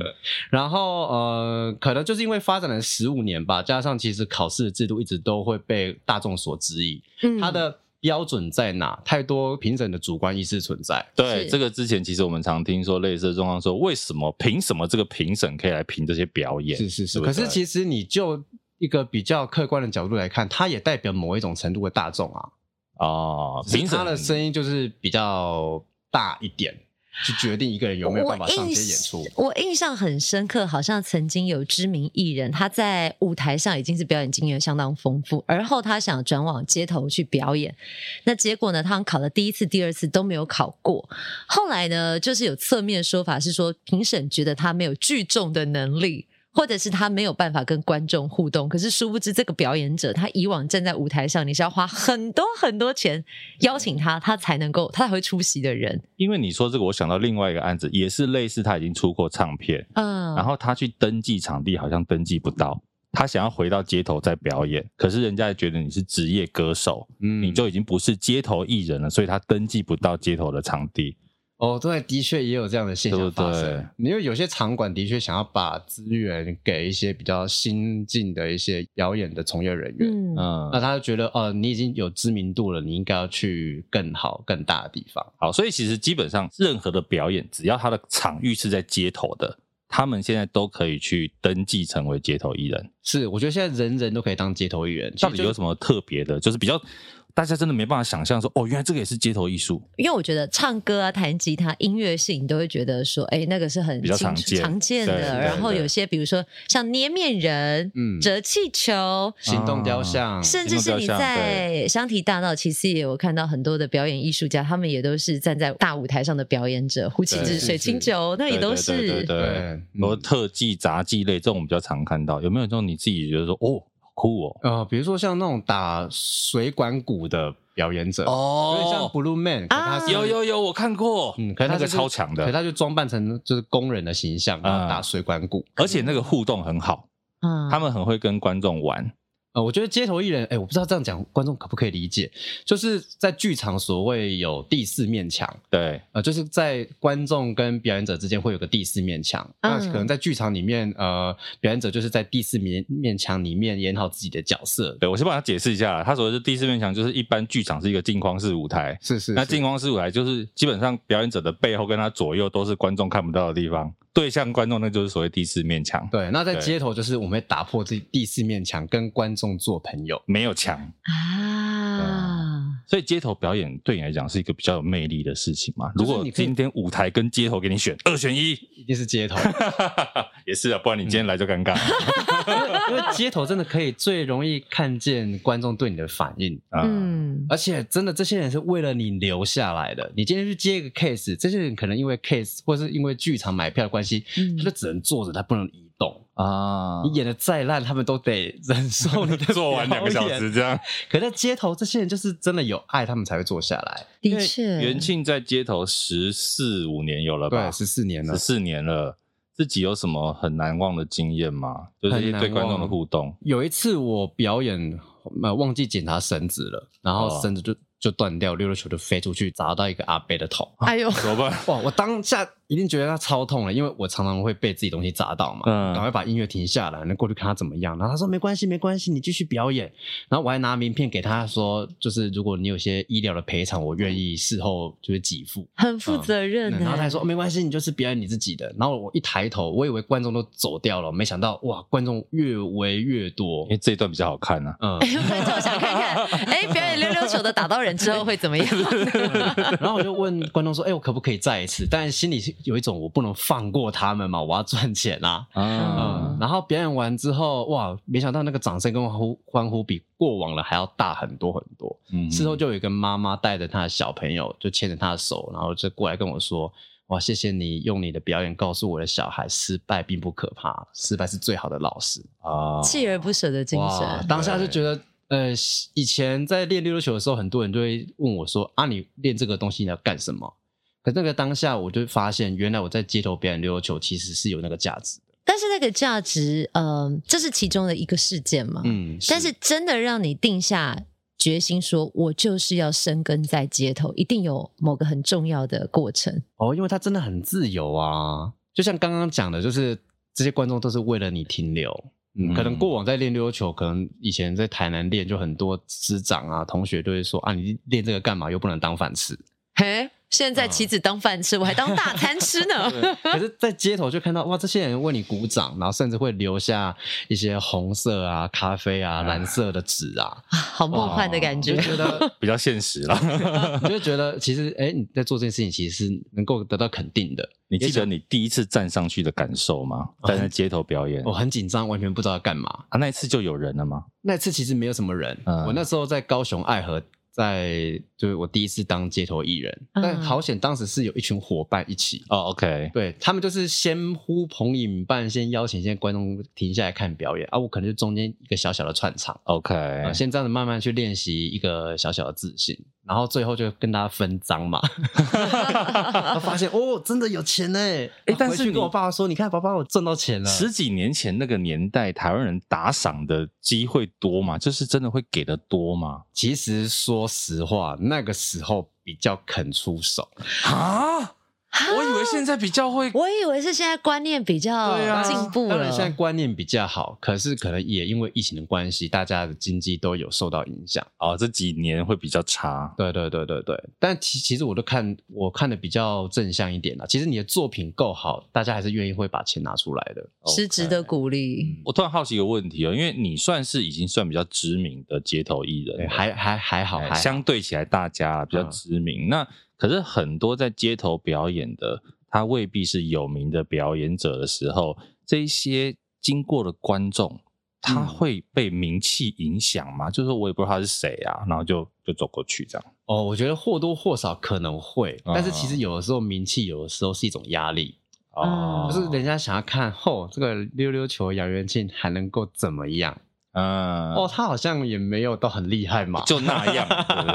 E: 然后呃，可能就是因为发展了十五年吧，加上其实考试的制度一直都会被大众所质疑，
C: 嗯
E: 它的标准在哪？太多评审的主观意识存在。
F: 对
C: 是
F: 这个之前其实我们常听说类似的状况，说为什么凭什么这个评审可以来评这些表演？
E: 是是是，
F: 对不
E: 可
F: 对
E: 是其实你就一个比较客观的角度来看，它也代表某一种程度的大众啊。
F: 哦，
E: 只是
F: 评审
E: 他的声音就是比较大一点，去决定一个人有没有办法上街演出。
C: 我印象很深刻，好像曾经有知名艺人，他在舞台上已经是表演经验相当丰富，而后他想转往街头去表演，那结果呢，他好像考了第一次、第二次都没有考过。后来呢，就是有侧面说法是说，评审觉得他没有聚众的能力。或者是他没有办法跟观众互动，可是殊不知这个表演者，他以往站在舞台上，你是要花很多很多钱邀请他，他才能够，他才会出席的人。
F: 因为你说这个，我想到另外一个案子，也是类似，他已经出过唱片，
C: 嗯，
F: 然后他去登记场地，好像登记不到，他想要回到街头再表演，可是人家觉得你是职业歌手，
E: 嗯
F: 你就已经不是街头艺人了，所以他登记不到街头的场地。
E: 哦，对，的确也有这样的现象发
F: 对不对
E: 生。因为有些场馆的确想要把资源给一些比较新进的一些表演的从业人员，
C: 嗯
F: 嗯
E: 那，他就觉得哦，你已经有知名度了，你应该要去更好、更大的地方。
F: 好，所以其实基本上任何的表演，只要他的场域是在街头的，他们现在都可以去登记成为街头艺人。
E: 是，我觉得现在人人都可以当街头艺人，
F: 到底有
E: 么？
F: 什么特别的？就是比较大家真的没办法想象说，哦，原来这个也是街头艺术。
C: 因为我觉得唱歌啊、弹吉他、音乐性，你都会觉得说，哎，那个是很
F: 比较
C: 清楚
F: 常见
C: 常见
F: 对对
C: 的。然后
F: 对
C: 有些，比如说像捏面人、
E: 嗯
C: 折气球，
E: 行动雕像，
C: 甚至是你
F: 嗯行动雕像
C: 在香缇大道，其实也有看到很多的表演艺术家，他们也都是站在大舞台上的表演者，胡启
F: 对
C: 志、
E: 是
C: 水
E: 是
C: 清酒，那也
F: 对
C: 都
F: 对对对
C: 是。
F: 对
E: 对
F: 很多
E: 嗯
F: 特技、杂技类这种我们比较常看到。有没有这种你自己觉得说，哦，好酷哦？
E: 呃，比如说像那种打水管鼓的表演者，有点像
F: 哦，
E: Blue Man，可是他是
F: 有有有，我看过，
E: 嗯，可是他
F: 那个
E: 就是
F: 超强
E: 可是
F: 的，
E: 他就装扮成就是工人的形象，然
F: 嗯
E: 后打水管鼓。
F: 而且那个互动很好，
C: 嗯
F: 他们很会跟观众玩。
E: 呃，我觉得街头艺人，哎、我不知道这样讲观众可不可以理解，就是在剧场所谓有第四面墙，
F: 对，
E: 呃，就是在观众跟表演者之间会有个第四面墙。那
C: 嗯
E: 可能在剧场里面，呃，表演者就是在第四面面墙里面演好自己的角色。
F: 对我先帮他解释一下啦，他所谓的第四面墙就是一般剧场是一个镜框式舞台，
E: 是是
F: 那镜框式舞台就是基本上表演者的背后跟他左右都是观众看不到的地方，对向观众那就是所谓第四面墙，
E: 对，那在
F: 对
E: 街头就是我们会打破这第四面墙，跟观众做朋友。
F: 没有墙，
C: 啊，
F: 所以街头表演对你来讲是一个比较有魅力的事情嘛。
E: 就
F: 如
E: 是
F: 果
E: 你可以
F: 今天舞台跟街头给你选二选一，
E: 一定是街头，
F: 也是啊，不然你今
E: 嗯
F: 天来就 尴尬了。
E: 因为 街头真的可以最容易看见观众对你的反应，
F: 啊，
C: 嗯，
E: 而且真的这些人是为了你留下来的。你今天去接一个 case，这些人可能因为 case 或是因为剧场买票的关系，
C: 嗯
E: 他就只能坐着，他不能移动。
F: 啊
E: 你演的再烂，他们都得忍受 你的
F: 做完两个小时这
E: 样。
F: 样。
E: 可在街头，这些人就是真的有爱，他们才会坐下来。
C: 的确，
F: 元庆在街头十四五年有了
E: 对，？
F: 吧
E: 十四年了
F: 十，四年了，自己有什么很难忘的经验吗？就是一些对观众的互动。
E: 有一次我表演，呃，忘记检查绳子了，然后
F: 哦
E: 绳子就就断掉，溜溜球就飞出去，砸到一个阿伯的头。
C: 哎呦，
F: 怎么办？
E: 哇！我当下一定觉得他超痛了，因为我常常会被自己东西砸到嘛。
F: 嗯
E: 赶快把音乐停下来，然后过去看他怎么样。然后他说没关系，没关系，你继续表演。然后我还拿名片给他说，就是如果你有些医疗的赔偿，我愿意事后就是给付。
C: 很
F: 啊
C: 负责任
E: 嗯然后他还
C: 呢。
E: 说、哦没关系，你就是表演你自己的。然后我一抬头，我以为观众都走掉了，没想到哇，观众越围越多
F: 因。为这一段比较好看啊。
E: 嗯，
C: 哎，观 众想看看，哎，表演溜溜球的打到人之后会怎么样？
E: 然后我就问观众说：“哎、我可不可以再一次？”但心里是有一种我不能放过他们嘛，我要赚钱啊。
F: 啊
C: 嗯，
E: 嗯，然后表演完之后，哇，没想到那个掌声跟欢呼欢呼比过往的还要大很多很多。
F: 嗯
E: 事后就有一个妈妈带着她的小朋友，就牵着她的手，然后就过来跟我说：“哇，谢谢你用你的表演告诉我的小孩，失败并不可怕，失败是最好的老师。
F: 啊，
C: 锲而不舍的”精
E: 哇，
C: 神，
E: 当下就觉得。呃，以前在练溜溜球的时候，很多人就会问我说：“啊，你练这个东西你要干什么？”可那个当下，我就发现，原来我在街头表演溜溜球其实是有那个价值的。
C: 但是那个价值，嗯，这是其中的一个事件嘛。
E: 嗯，
C: 但是真的让你定下决心说，我就是要生根在街头，一定有某个很重要的过程。
E: 哦，因为它真的很自由啊，就像刚刚讲的，就是这些观众都是为了你停留。嗯，可能过往在练溜溜球，可能以前在台南练，就很多师长啊、同学都会说啊，你练这个干嘛？又不能当饭吃。
C: 嘿，现
E: 啊
C: 在棋子当饭吃，我还当大餐吃 呢。
E: 可是，在街头就看到哇，这些人为你鼓掌，然后甚至会留下一些红色啊、咖啡啊、蓝色的纸啊，
C: 好梦幻的感
E: 你就
C: 觉。
E: 觉得，
F: 比较现实啦。
E: 你就觉得，其实，哎，你在做这件事情，其实是能够得到肯定的。
F: 你记得你第一次站上去的感受吗？站在街头表演
E: 我很紧张，完全不知道要干嘛。
F: 啊，那一次就有人了吗？
E: 那次其实没有什么人，
F: 嗯
E: 我那时候在高雄爱河，在就是我第一次当街头艺人，
C: 嗯
E: 但好险当时是有一群伙伴一起，
F: 哦，OK，
E: 对他们就是先呼朋引伴，先邀请一些观众停下来看表演啊，我可能就中间一个小小的串场。
F: OK，
E: 啊，先这样子慢慢去练习一个小小的自信，然后最后就跟大家分赃嘛。他发现哦，真的有钱呢！哎、
F: 但是
E: 回去
F: 你
E: 跟我爸爸说，你看，爸爸，我赚到钱了。
F: 十几年前那个年代，台湾人打赏的机会多吗？就是真的会给的多吗？
E: 其实说实话，那个时候比较肯出手，
F: 啊，我以为现在比较会，
C: 我以为是现在观念比较
F: 对啊
C: 进步
E: 当
C: 了
E: 然，现在观念比较好，可是可能也因为疫情的关系，大家的经济都有受到影响。
F: 哦，这几年会比较差。
E: 对对对对对，但其其实我都看我看的比较正向一点啦。其实你的作品够好，大家还是愿意会把钱拿出来的。
C: 是值得鼓励。
F: 我突然好奇一个问题哦，因为你算是已经算比较知名的街头艺人
E: 对，
F: 了，
E: 还还还好，嗯还
F: 哎
E: 好
F: 相对起来大家比较知名。那可是很多在街头表演的，他未必是有名的表演者的时候，这一些经过的观众，他
E: 嗯
F: 会被名气影响吗？就是我也不知道他是谁啊，然后就就走过去这样。
E: 哦，我觉得或多或少可能会，
F: 啊
E: 但是其实有的时候名气有的时候是一种压力，
F: 哦
C: 嗯
E: 哦就是人家想要看，哦，这个溜溜球杨元庆还能够怎么样？
F: 嗯
E: 哦，他好像也没有到很厉害嘛，
F: 就那样，对不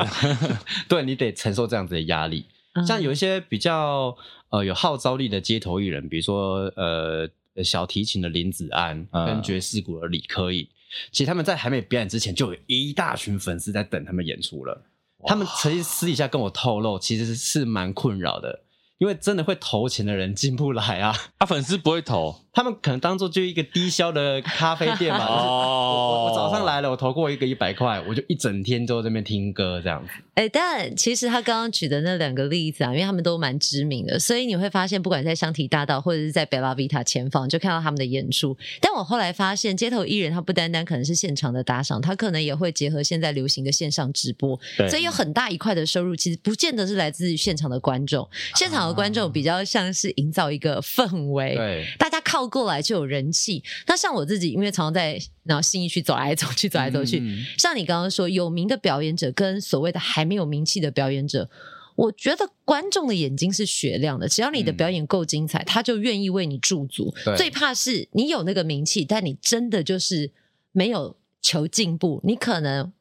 F: 对
E: 对你得承受这样子的压力。
C: 嗯
E: 像有一些比较呃有号召力的街头艺人，比如说呃小提琴的林子安呃
F: 嗯
E: 跟爵士鼓的李科颖，其实他们在还没表演之前就有一大群粉丝在等他们演出了。他们曾经私底下跟我透露，其实是蛮困扰的，因为真的会投钱的人进不来啊。
F: 啊，粉丝不会投
E: 他们可能当做就一个低消的咖啡店吧。就是哦我我我早上来了，我投过一个一百块，我就一整天都在那边听歌这样子。
C: 哎、但其实他刚刚举的那两个例子啊，因为他们都蛮知名的，所以你会发现，不管在香堤大道或者是在贝拉维塔前方，就看到他们的演出。但我后来发现，街头艺人他不单单可能是现场的打赏，他可能也会结合现在流行的线上直播，
F: 对
C: 所以有很大一块的收入其实不见得是来自于现场的观众，现场的观众比较像是营造一个氛围。
E: 对，
C: 大家靠过来就有人气。那像我自己，因为常常在然后信义区走来走去，走来走去，
E: 嗯
C: 像你刚刚说，有名的表演者跟所谓的还没有名气的表演者，我觉得观众的眼睛是雪亮的，只要你的
E: 嗯
C: 表演够精彩，他就愿意为你驻足。
E: 对
C: 最怕是你有那个名气，但你真的就是没有求进步，你可能。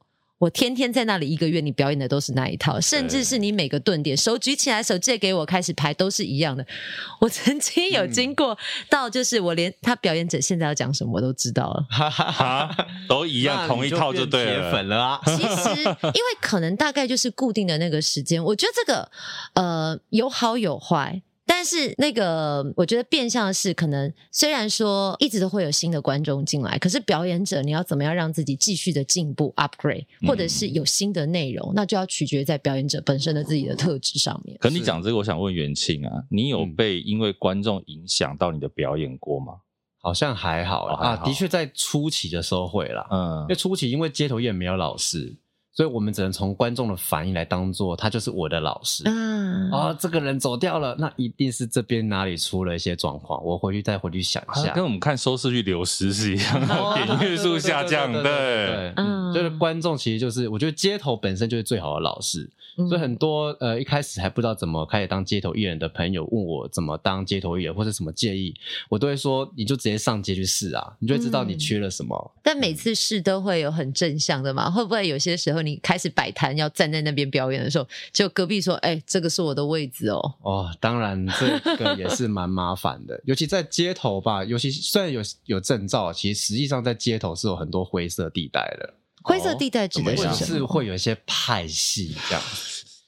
C: 我天天在那里一个月，你表演的都是那一套，甚至是你每个顿点手举起来，手借给我开始拍，都是一样的。我曾经有
E: 嗯
C: 经过到，就是我连他表演者现在要讲什么我都知道了。
E: 哈哈
F: 啊，都
E: 一
F: 一样，同一套就对了。
E: 粉了啊。
C: 其实，因为可能大概就是固定的那个时间，我觉得这个呃有好有坏。但是那个，我觉得变相是可能，虽然说一直都会有新的观众进来，可是表演者你要怎么样让自己继续的进步 upgrade，或者
E: 嗯
C: 是有新的内容，那就要取决在表演者本身的自己的特质上面。
F: 可你讲这个，我想问元庆啊，你有
E: 嗯
F: 被因为观众影响到你的表演过吗？
E: 好像还好
F: 哦还
E: 啊，
F: 好
E: 的确在初期的时候会啦，
F: 嗯
E: 因为，初期因为街头艺人没有老师，所以我们只能从观众的反应来当做他就是我的老师。
F: 嗯
C: 啊，
E: 哦，这个人走掉了，那一定是这边哪里出了一些状况。我回去再回去想一
F: 啊
E: 下。
F: 跟我们看收视率流失是一样
E: 哦
F: 的，
E: 对
F: 点阅数下降，
E: 对对对对
F: 对，
E: 对嗯
C: 嗯
E: 就是观众其实就是，我觉得街头本身就是最好的老师，
C: 嗯
E: 所以很多呃一开始还不知道怎么开始当街头艺人的朋友问我怎么当街头艺人或者什么建议，我都会说你就直接上街去试啊，你就会知
C: 嗯
E: 道你缺了什么。
C: 但每次试都会有很正向的嘛？会不会有些时候你开始摆摊要站在那边表演的时候，就隔壁说：“哎、这个是我的位置哦。
E: 哦，当然这个也是蛮麻烦的，尤其在街头吧，尤其虽然有有证照，其实实际上在街头是有很多灰色地带的，”
C: 灰色地带指的
E: 或
C: 是
E: 者
C: 什
E: 是
C: 么？
E: 哦会有一些派系这样。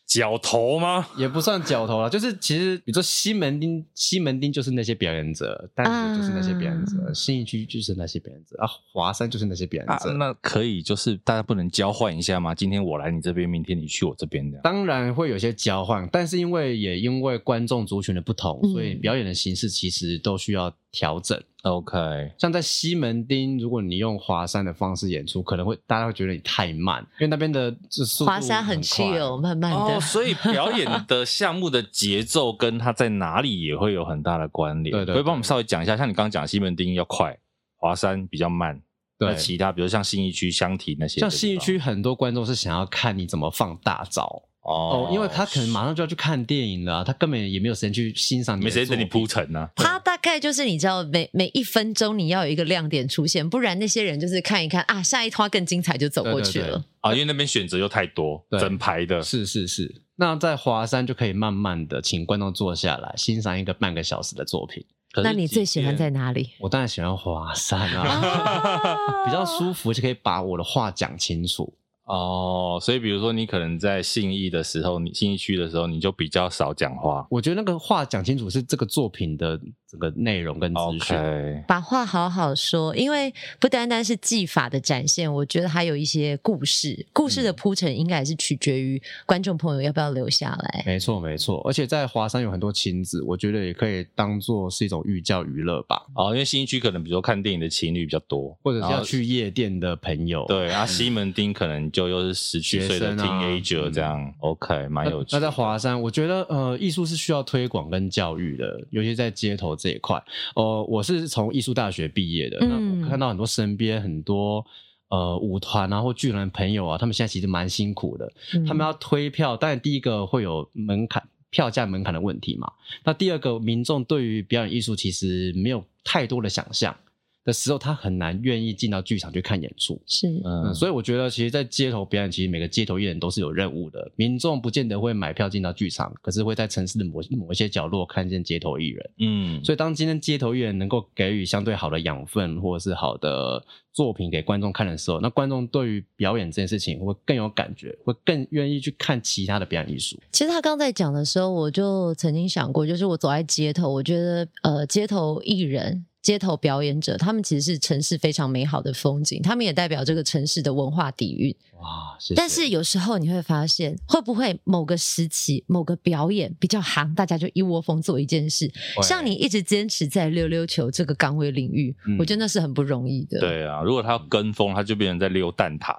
F: 绞头吗？
E: 也不算角头啦， 就是其实比如说西门町，西门町就是那些表演者，
C: 啊
E: 淡水就是那些表演者，信义区就是那些表演者，啊，华山就是那些表
F: 啊
E: 演者。，
F: 那可以，就是大家不能交换一下吗？今天我来你这边，明天你去我这边这样。
E: 当然会有些交换，但是因为也因为观众族群的不同，
C: 嗯
E: 所以表演的形式其实都需要调整。
F: OK，
E: 像在西门町，如果你用华山的方式演出，可能会大家会觉得你太慢，因为那边的就速度
C: 华山很
E: 很
C: chill，
E: 哦。
C: 慢慢的。
F: 哦，所以表演的项目的节奏跟它在哪里也会有很大的关联。
E: 对对
F: 可以帮我们稍微讲一下，像你刚刚讲西门町要快，华山比较慢，那
E: 对，
F: 其他比如像信义区、香堤那些地
E: 像
F: 方，
E: 信义区很多观众是想要看你怎么放大招。
F: 哦
E: 哦，因为他可能马上就要去看电影了啊、他根本也没有时间去欣赏你，
F: 没时间等你铺。陈呢、
C: 它大概就是你知道，每每一分钟你要有一个亮点出现，不然那些人就是看一看啊，下一套更精彩就走过去了。
F: 啊，因为那边选择又太多，
E: 对
F: 整排的。
E: 是是是，那在华山就可以慢慢的请观众坐下来欣赏一个半个小时的作品。
F: 可是
C: 那你最
F: 即
C: 喜欢
F: 便
C: 在哪 里？
E: 我当然喜欢华山啊，
F: 哦
C: 啊
E: 比较舒服，就可以把我的话讲清楚。
F: 哦，所以比如说你可能在信义的时候，你信义区的时候，你就比较少讲话。
E: 我觉得那个话讲清楚是这个作品的整个内容跟资讯。
F: OK，
C: 把话好好说，因为不单单是技法的展现，我觉得还有一些故事，故事的
E: 嗯
C: 铺陈应该也是取决于观众朋友要不要留下来。
E: 没错，没错，而且在华山有很多亲子，我觉得也可以当做是一种寓教于乐吧，
F: 哦，因为信义区可能比如说看电影的情侣比较多，
E: 或者是
F: 然
E: 要
F: 后
E: 去夜店的朋友，
F: 哦对，啊，西门町可能就又是十几岁
E: 学
F: 的
E: 生啊
F: teenager 这样、，OK，蛮
E: 那
F: 有趣
E: 那
F: 的。
E: 在华山，我觉得呃，艺术是需要推广跟教育的，尤其在街头这一块。呃，我是从艺术大学毕业的，
C: 嗯
E: 那我看到很多身边很多呃舞团啊或剧团朋友啊，他们现在其实蛮辛苦的，
C: 嗯
E: 他们要推票，当然第一个会有门槛。票价门槛的问题嘛，那第二个，民众对于表演艺术其实没有太多的想象的时候，他很难愿意进到剧场去看演出。
C: 是
F: 嗯
E: 嗯，，所以我觉得，其实，在街头表演，其实每个街头艺人都是有任务的。民众不见得会买票进到剧场，可是会在城市的某某一些角落看见街头艺人。
F: 嗯，
E: 所以，当今天街头艺人能够给予相对好的养分或者是好的作品给观众看的时候，那观众对于表演这件事情会更有感觉，会更愿意去看其他的表演艺术。
C: 其实他刚在讲的时候，我就曾经想过，就是我走在街头，我觉得呃，街头艺人。街头表演者，他们其实是城市非常美好的风景，他们也代表这个城市的文化底蕴。
E: 哇，谢谢。
C: 但是有时候你会发现，会不会某个时期、某个表演比较行，大家就一窝蜂做一件事？像你一直坚持在溜溜球这个岗位领域，
E: 嗯
C: 我觉得那是很不容易的。，
F: 对啊，如果他要跟风，他就变成在溜蛋挞。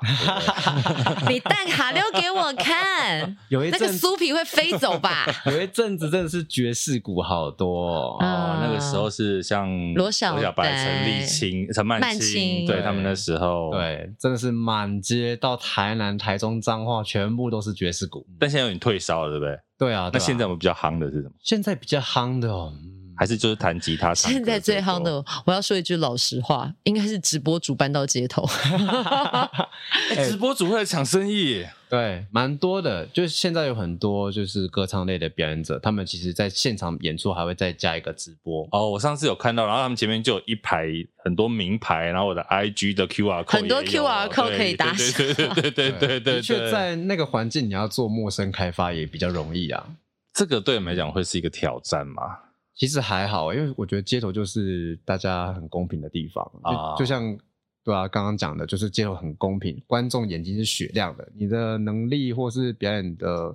C: 你蛋卡溜给我 看，
E: 有一
C: 那个
E: 阵子，
C: 酥皮会飞走吧？
E: 有一阵子真的是爵士鼓好多、哦。
F: 哦，那个时
C: 啊
F: 候是像
C: 罗小
F: 白、
C: 白
F: 陈立青、陈曼
C: 曼青
F: 对他们那时候，，
E: 对，真的是满街到台南、台中、彰化，全部都是爵士鼓。
F: 但现在有点退烧了，对不对？
E: 对啊，
F: 那
E: 对啊
F: 现在我们比较夯的是什么？
E: 现在比较夯的、哦，嗯
F: 还是就是弹吉他唱歌
C: 现
F: 最多？
C: 在最夯的，我要说一句老实话，应该是直播主搬到街头。
F: 哎、直播主会来抢生意耶，
E: 对，蛮多的。就是现在有很多就是歌唱类的表演者，他们其实在现场演出还会再加一个直播。
F: 哦，我上次有看到，然后他们前面就有一排很多名牌，然后我的 IG 的 QR code
C: 很多
F: 也有啊
C: QR code
F: 对
C: 可以打
F: 对
C: 赏
F: 对对对对对对，
E: 的确在那个环境，你要做陌生开发也比较容易啊。
F: 这个对我们来讲会是一个挑战嘛？
E: 其实还好，因为我觉得街头就是大家很公平的地方
F: 啊
E: 就就像对啊，刚刚讲的，就是街头很公平，观众眼睛是雪亮的，你的能力或是表演的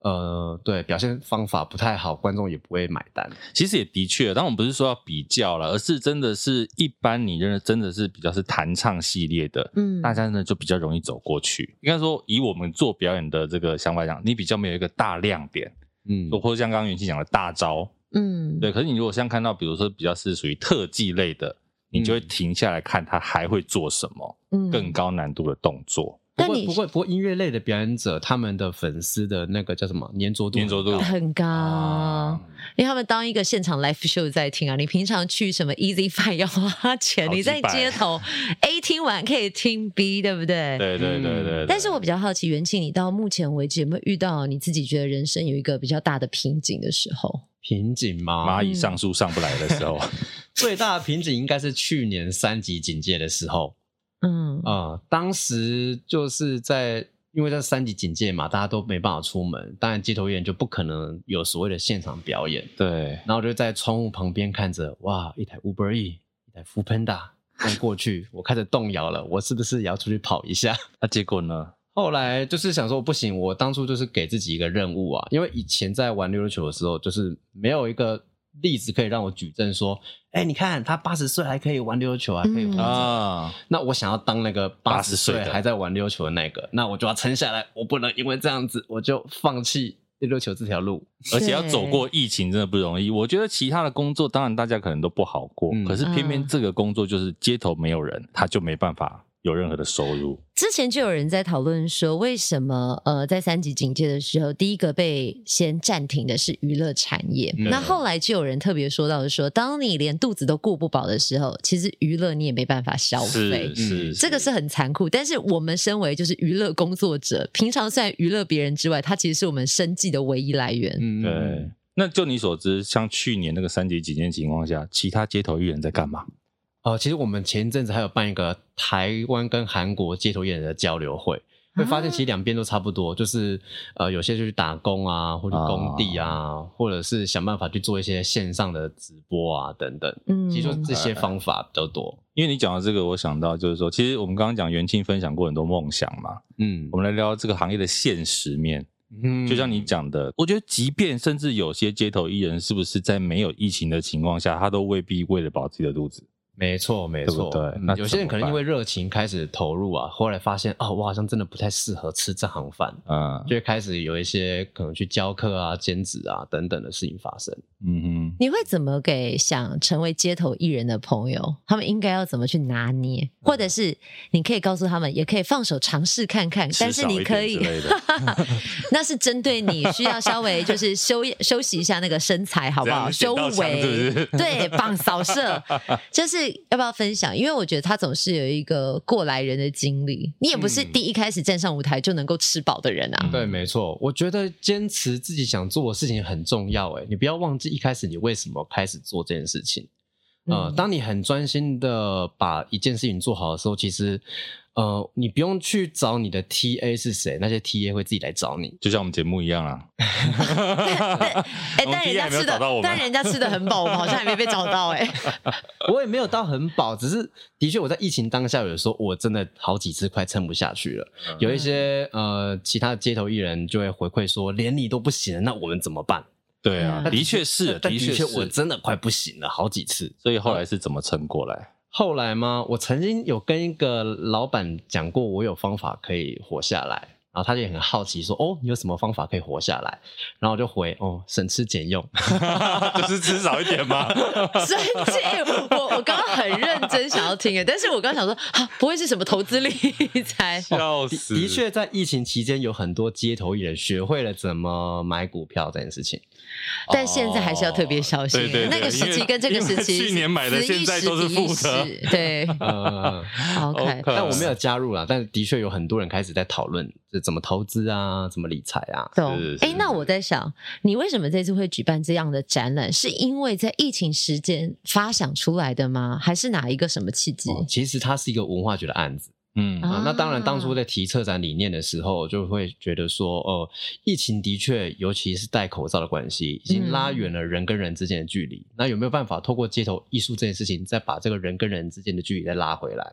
E: 呃对表现方法不太好，观众也不会买单。
F: 其实也的确，但我们不是说要比较了，而是真的是一般你认为真的是比较是弹唱系列的，
C: 嗯
F: 大家呢就比较容易走过去。应该说，以我们做表演的这个想法讲，你比较没有一个大亮点，
E: 嗯
F: 或者像刚刚元气讲的大招，
C: 嗯，
F: 对。可是你如果像看到，比如说比较是属于特技类的，你就会停下来看他还会做什么
C: 嗯
F: 更高难度的动作，
E: 不
C: 但
E: 过
C: 你
E: 不过不过音乐类的表演者，他们的粉丝的那个叫什么粘着度
F: 粘着度
E: 很 高
C: 很高。
F: 啊
C: 因为他们当一个现场 live show 在听啊，你平常去什么 Easy Five 要花钱，
F: 好
C: 你
F: 几百
C: 在街 头 A 听完可以听 B，对不对？
F: 对对对对对。
E: 嗯
C: 但是我比较好奇，元庆，你到目前为止有没有遇到你自己觉得人生有一个比较大的瓶颈的时候？
E: 瓶颈吗
F: 蚂？蚁
C: 嗯
F: 上树上不来的时候，
E: 最大的瓶颈应该是去年三级警戒的时候。
C: 嗯
F: 啊
E: 呃，当时就是在因为在三级警戒嘛，大家都没办法出门，当然街头艺人就不可能有所谓的现场表演。
F: 对，
E: 然后我就在窗户旁边看着，哇，一台 Uber E，一台 f o o Panda 这样过去，我开始动摇了，我是不是也要出去跑一下？
F: 那结果呢？
E: 后来就是想说，不行，我当初就是给自己一个任务啊，因为以前在玩溜溜球的时候，就是没有一个例子可以让我举证说，哎、你看他八十岁还可以玩溜溜球，还可以
C: 嗯
E: 活着
F: 啊，
E: 那我想要当那个八
F: 80
E: 十
F: 岁
E: 岁
F: 的
E: 还在玩溜球的那个，那我就要撑下来，我不能因为这样子我就放弃溜溜球这条路。
F: 而且要走过疫情真的不容易。我觉得其他的工作，当然大家可能都不好过，
E: 嗯
F: 可是偏偏
C: 嗯
F: 这个工作就是街头没有人，他就没办法有任何的收入。
C: 之前就有人在讨论说，为什么呃，在三级警戒的时候，第一个被先暂停的是娱乐产业。
E: 嗯
C: 那后来就有人特别说到的说，当你连肚子都顾不饱的时候，其实娱乐你也没办法消费
F: 是。是，
E: 嗯
C: 这个是很残酷，但是我们身为就是娱乐工作者，平常虽然娱乐别人之外，它其实是我们生计的唯一来源。
E: 嗯，
F: 对。那就你所知，像去年那个三级警戒情况下，其他街头艺人在干嘛？
E: 呃哦、其实我们前一阵子还有办一个台湾跟韩国街头艺人的交流会，会发现其实两边都差不多，就是呃，有些就去打工啊，或者工地啊，或者是想办法去做一些线上的直播啊等等。
C: 嗯
E: 其实就这些方法比较多。
F: 因为你讲到这个，我想到就是说，其实我们刚刚讲元庆分享过很多梦想嘛，
E: 嗯
F: 我们来聊这个行业的现实面。
E: 嗯
F: 就像你讲的，我觉得即便甚至有些街头艺人，是不是在没有疫情的情况下，他都未必为了饱自己的肚子。
E: 没错，没
F: 对不
E: 错，
F: 对
E: 嗯
F: 那
E: 有些
F: 怎
E: 人
F: 么
E: 可能因
F: 办
E: 为热情开始投入啊，后来发现啊，我好像真的不太适合吃这行饭，
F: 嗯
E: 就会开始有一些可能去教课啊、兼职啊等等的事情发生。
F: 嗯哼，
C: 你会怎么给想成为街头艺人的朋友？他们应该要怎么去拿捏？或
F: 嗯
C: 者是你可以告诉他们，也可以放手尝试看看，但是你可以
F: 吃少一点之类 的
C: 那是针对你需要稍微 就是休休息一下那个身材，好不好？
F: 这
C: 修
F: 样剪刀枪
C: 为
F: 是不是
C: 对绑扫射，就是要不要分享？因为我觉得他总是有一个过来人的经历，你也不是
E: 嗯
C: 第一开始站上舞台就能够吃饱的人
F: 嗯
C: 啊。
E: 对，没错，我觉得坚持自己想做的事情很重要。哎，你不要忘记一开始你为什么开始做这件事情。呃，
C: 嗯
E: 当你很专心的把一件事情做好的时候，其实，呃，你不用去找你的 TA 是谁，那些 TA 会自己来找你。
F: 就像我们节目一样 啊。
C: 哎、
F: 我们
C: 但
F: 第
C: 人
F: 一眼
C: 家
F: 没有
C: 吃
F: 找
C: 的
F: 到我，们
C: 但人家吃的很饱，我们好像还没被找到哎、
E: 我也没有到很饱，只是的确我在疫情当下，有时候我真的好几次快撑不下去了。
F: 嗯
E: 有一些呃其他的街头艺人就会回馈说，连你都不行了，那我们怎么办？
F: 对啊，
C: 嗯
F: 的确是，
E: 但
F: 的确是。
E: 我真的快不行了，好几次。
F: 所以后来是怎么撑过来？
E: 后来吗？我曾经有跟一个老板讲过，我有方法可以活下来，然后他就很好奇说：“哦，你有什么方法可以活下来？”然后我就回：“哦，省吃俭用。
F: 就是吃少一点 吗？
C: 生气！我 我刚刚很认真想要听哎，但是我刚刚想说啊，不会是什么投资理 财？
F: 笑
E: 的
F: 死！
E: 的确，在疫情期间，有很多街头艺人学会了怎么买股票这件事情。
C: 但现在还是要特别小心。
F: 哦哦对对对
C: 那个时
F: 因
C: 期
F: 为
C: 跟这个时期，
F: 因为去 年买的
C: 此一
F: 现在都是
C: 时
F: 负哦的
C: 彼一时 对
E: 呃，
C: ，OK。
F: OK
E: 但我没有加入啦，但的确有很多人开始在讨论这怎么投资啊，怎么理财啊。
C: 懂
F: 是是
C: 哎，那我在想，你为什么这次会举办这样的展览？是因为在疫情时间发想出来的吗？还是哪一个什么契机？
E: 哦其实它是一个文化局的案子。
F: 嗯
C: 啊
E: 啊，那当然，当初在提策展理念的时候，就会觉得说，哦，疫情的确，尤其是戴口罩的关系，已经拉远了人跟人之间的距离。那有没有办法透过街头艺术这件事情，再把这个人跟人之间的距离再拉回来？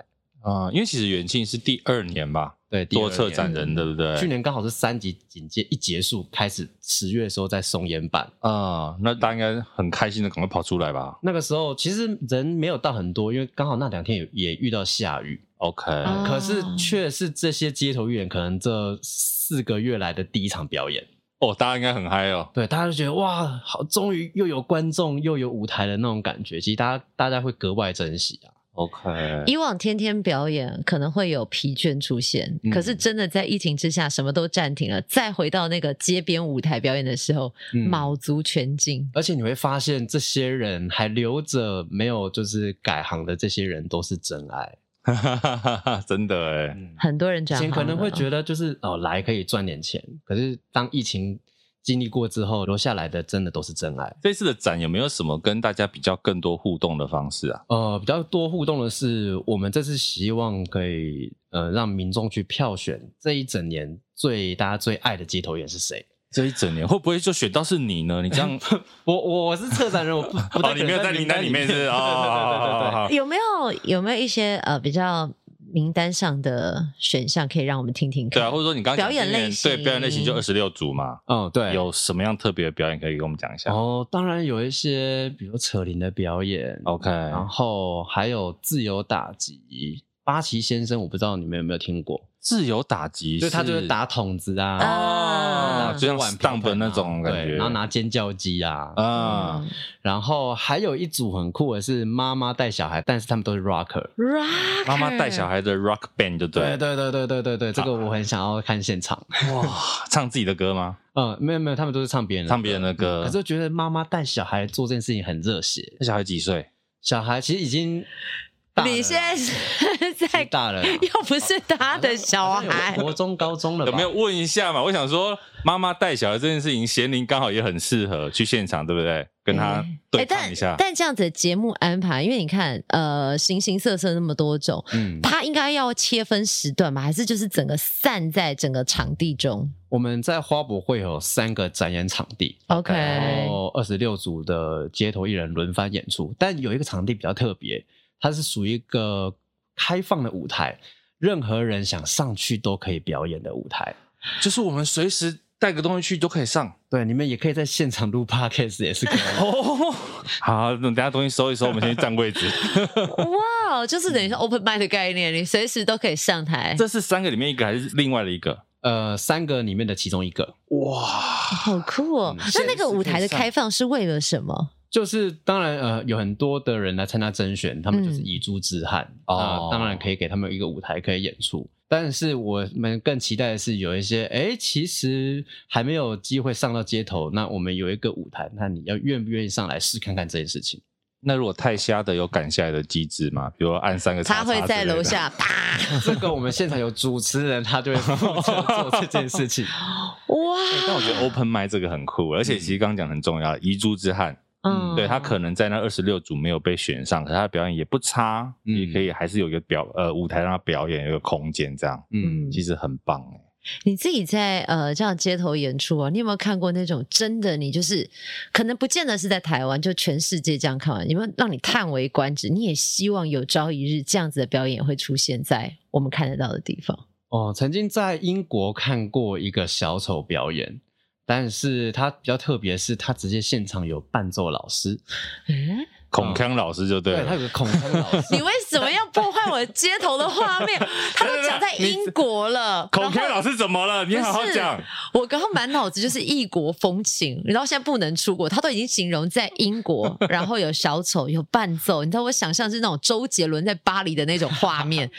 F: 啊，因为其实元庆是第二年吧，
E: 对，第二
F: 做策展
E: 年
F: 人，对不对？
E: 去年刚好是三级警戒一结束，开始十月的时候在松烟办。
F: 啊，那大家应该很开心的，赶快跑出来吧。
E: 那个时候其实人没有到很多，因为刚好那两天也也遇到下雨，
F: OK，
C: 啊
E: 可是却是这些街头艺人可能这四个月来的第一场表演。
F: 哦，大家应该很嗨哦。
E: 对，大家就觉得哇，好，终于又有观众又有舞台的那种感觉，其实大家大家会格外珍惜啊。
F: OK，
C: 以往天天表演可能会有疲倦出现，
E: 嗯
C: 可是真的在疫情之下，什么都暂停了，再回到那个街边舞台表演的时候，
E: 嗯
C: 卯足全劲。
E: 而且你会发现，这些人还留着没有就是改行的这些人都是真爱。
F: 真的哎，
E: 嗯，
C: 很多人
E: 以
C: 转行
E: 前
C: 了
E: 可能会觉得就是哦来可以赚点钱，可是当疫情经历过之后，留下来的真的都是真爱。
F: 这次的展有没有什么跟大家比较更多互动的方式啊？
E: 呃，比较多互动的是，我们这次希望可以呃让民众去票选这一整年最大家最爱的街头艺人是谁。
F: 这一整年会不会就选到是你呢？你这样
E: 我我我是策展人，我 不不
F: 哦，
E: 太可
F: 你
E: 能
F: 没有在名单里面 是不是哦，
E: 对对对对对对。
F: 哦
C: 有没有有没有一些呃比较名单上的选项可以让我们听听看？
F: 对啊，或者说你刚刚讲
C: 表演类型
F: 对表演类型就二十六组嘛，
E: 嗯，对，
F: 有什么样特别的表演可以跟我们讲一下
E: 哦，当然有一些，比如扯铃的表演，
F: 哦？OK，
E: 然后还有自由打击。八旗先生，我不知道你们有没有听过，
F: 自由打击，
E: 就他就是打筒子啊，
C: 啊
F: 哦，就像
E: 玩
F: stump 那种感觉，
E: 啊然后拿尖叫鸡啊，
F: 啊
C: 嗯。
E: 然后还有一组很酷的是妈妈带小孩，但是他们都是 rocker。
C: Rocker
F: 妈妈带小孩的 rock band 就对
E: 对
F: 了，
E: 对对对对对对，这个我很想要看现场。
F: 哇，唱自己的歌吗？
E: 嗯，没有没有，他们都是唱别人的
F: 唱别人的歌
E: 嗯可是我觉得妈妈带小孩做这件事情很热血。
F: 那小孩几岁？
E: 小孩其实已经大了啦
C: 你现在是在
E: 大了啦，
C: 又不是他的小孩，
E: 国中、高中了吧？
F: 有没有问一下嘛？我想说，妈妈带小孩这件事情，贤玲刚好也很适合去现场，对不对？跟她对
C: 哎
F: 抗一下
C: 但。但这样子的节目安排，因为你看，呃，形形色色那么多种，
E: 嗯，
C: 它应该要切分时段嘛，还是就是整个散在整个场地中
E: 我们在花博会有三个展演场地，
C: ？OK，
E: 然后二十六组的街头艺人轮番演出，但有一个场地比较特别，它是属于一个开放的舞台，任何人想上去都可以表演的舞台。
F: 就是我们随时带个东西去都可以上。
E: 对，你们也可以在现场录 podcast，也是可以。
F: 哦，好，那等下东西收 一收，我们先去占 位置。
C: 哇就是等于是
F: 嗯
C: open mic 的概念，你随时都可以上台，
F: 这是三个里面一个还是另外的一个？
E: 呃，三个里面的其中一个，
F: 哇，
C: 好酷哦！
E: 嗯
C: 那那个舞台的开放是为了什么？
E: 就是当然呃，有很多的人来参加甄选，他们就是
C: 嗯
E: 遗珠之憾
F: 哦
E: 啊、当然可以给他们一个舞台可以演出。但是我们更期待的是有一些，哎、其实还没有机会上到街头，那我们有一个舞台，那你要愿不愿意上来试看看这件事 情？
F: 那如果太瞎的有赶下来的机制吗？比如说按三个叉
C: 他
F: 叉之类
C: 会
F: 的，
C: 在楼下啪！
E: 这个我们现场有主持人，他就会负责做这件事 情。
F: 欸
C: 哇，
F: 但我觉得 open mic 这个很酷，而且其实刚刚讲得很重要，遗珠之憾，
E: 嗯
F: 对他可能在那二十六组没有被选上，可是他的表演也不差，
E: 嗯
F: 也可以还是有一个表呃舞台让他表演，有一个空间这样，
E: 嗯，
F: 其实很棒哎、
C: 你自己在呃这样街头演出啊，你有没有看过那种真的你就是可能不见得是在台湾，就全世界这样看完，有没有让你叹为观止？你也希望有朝一日这样子的表演会出现在我们看得到的地方。
E: 哦，曾经在英国看过一个小丑表演，但是它比较特别，是它直接现场有伴奏老师，
C: 嗯，
F: 孔锵老师就对
E: 它
F: 了，
E: 有个孔锵老师
C: 你。为什么要破坏我街头的画面？他都讲在英国了，
F: 孔锵老师怎么了？你好好讲
C: 不， 我刚刚满脑子就是异国风情，然后现在不能出国，他都已经形容在英 国，然后有小丑，有伴奏，你知道我想象是那种周杰伦在巴黎的那种画 面。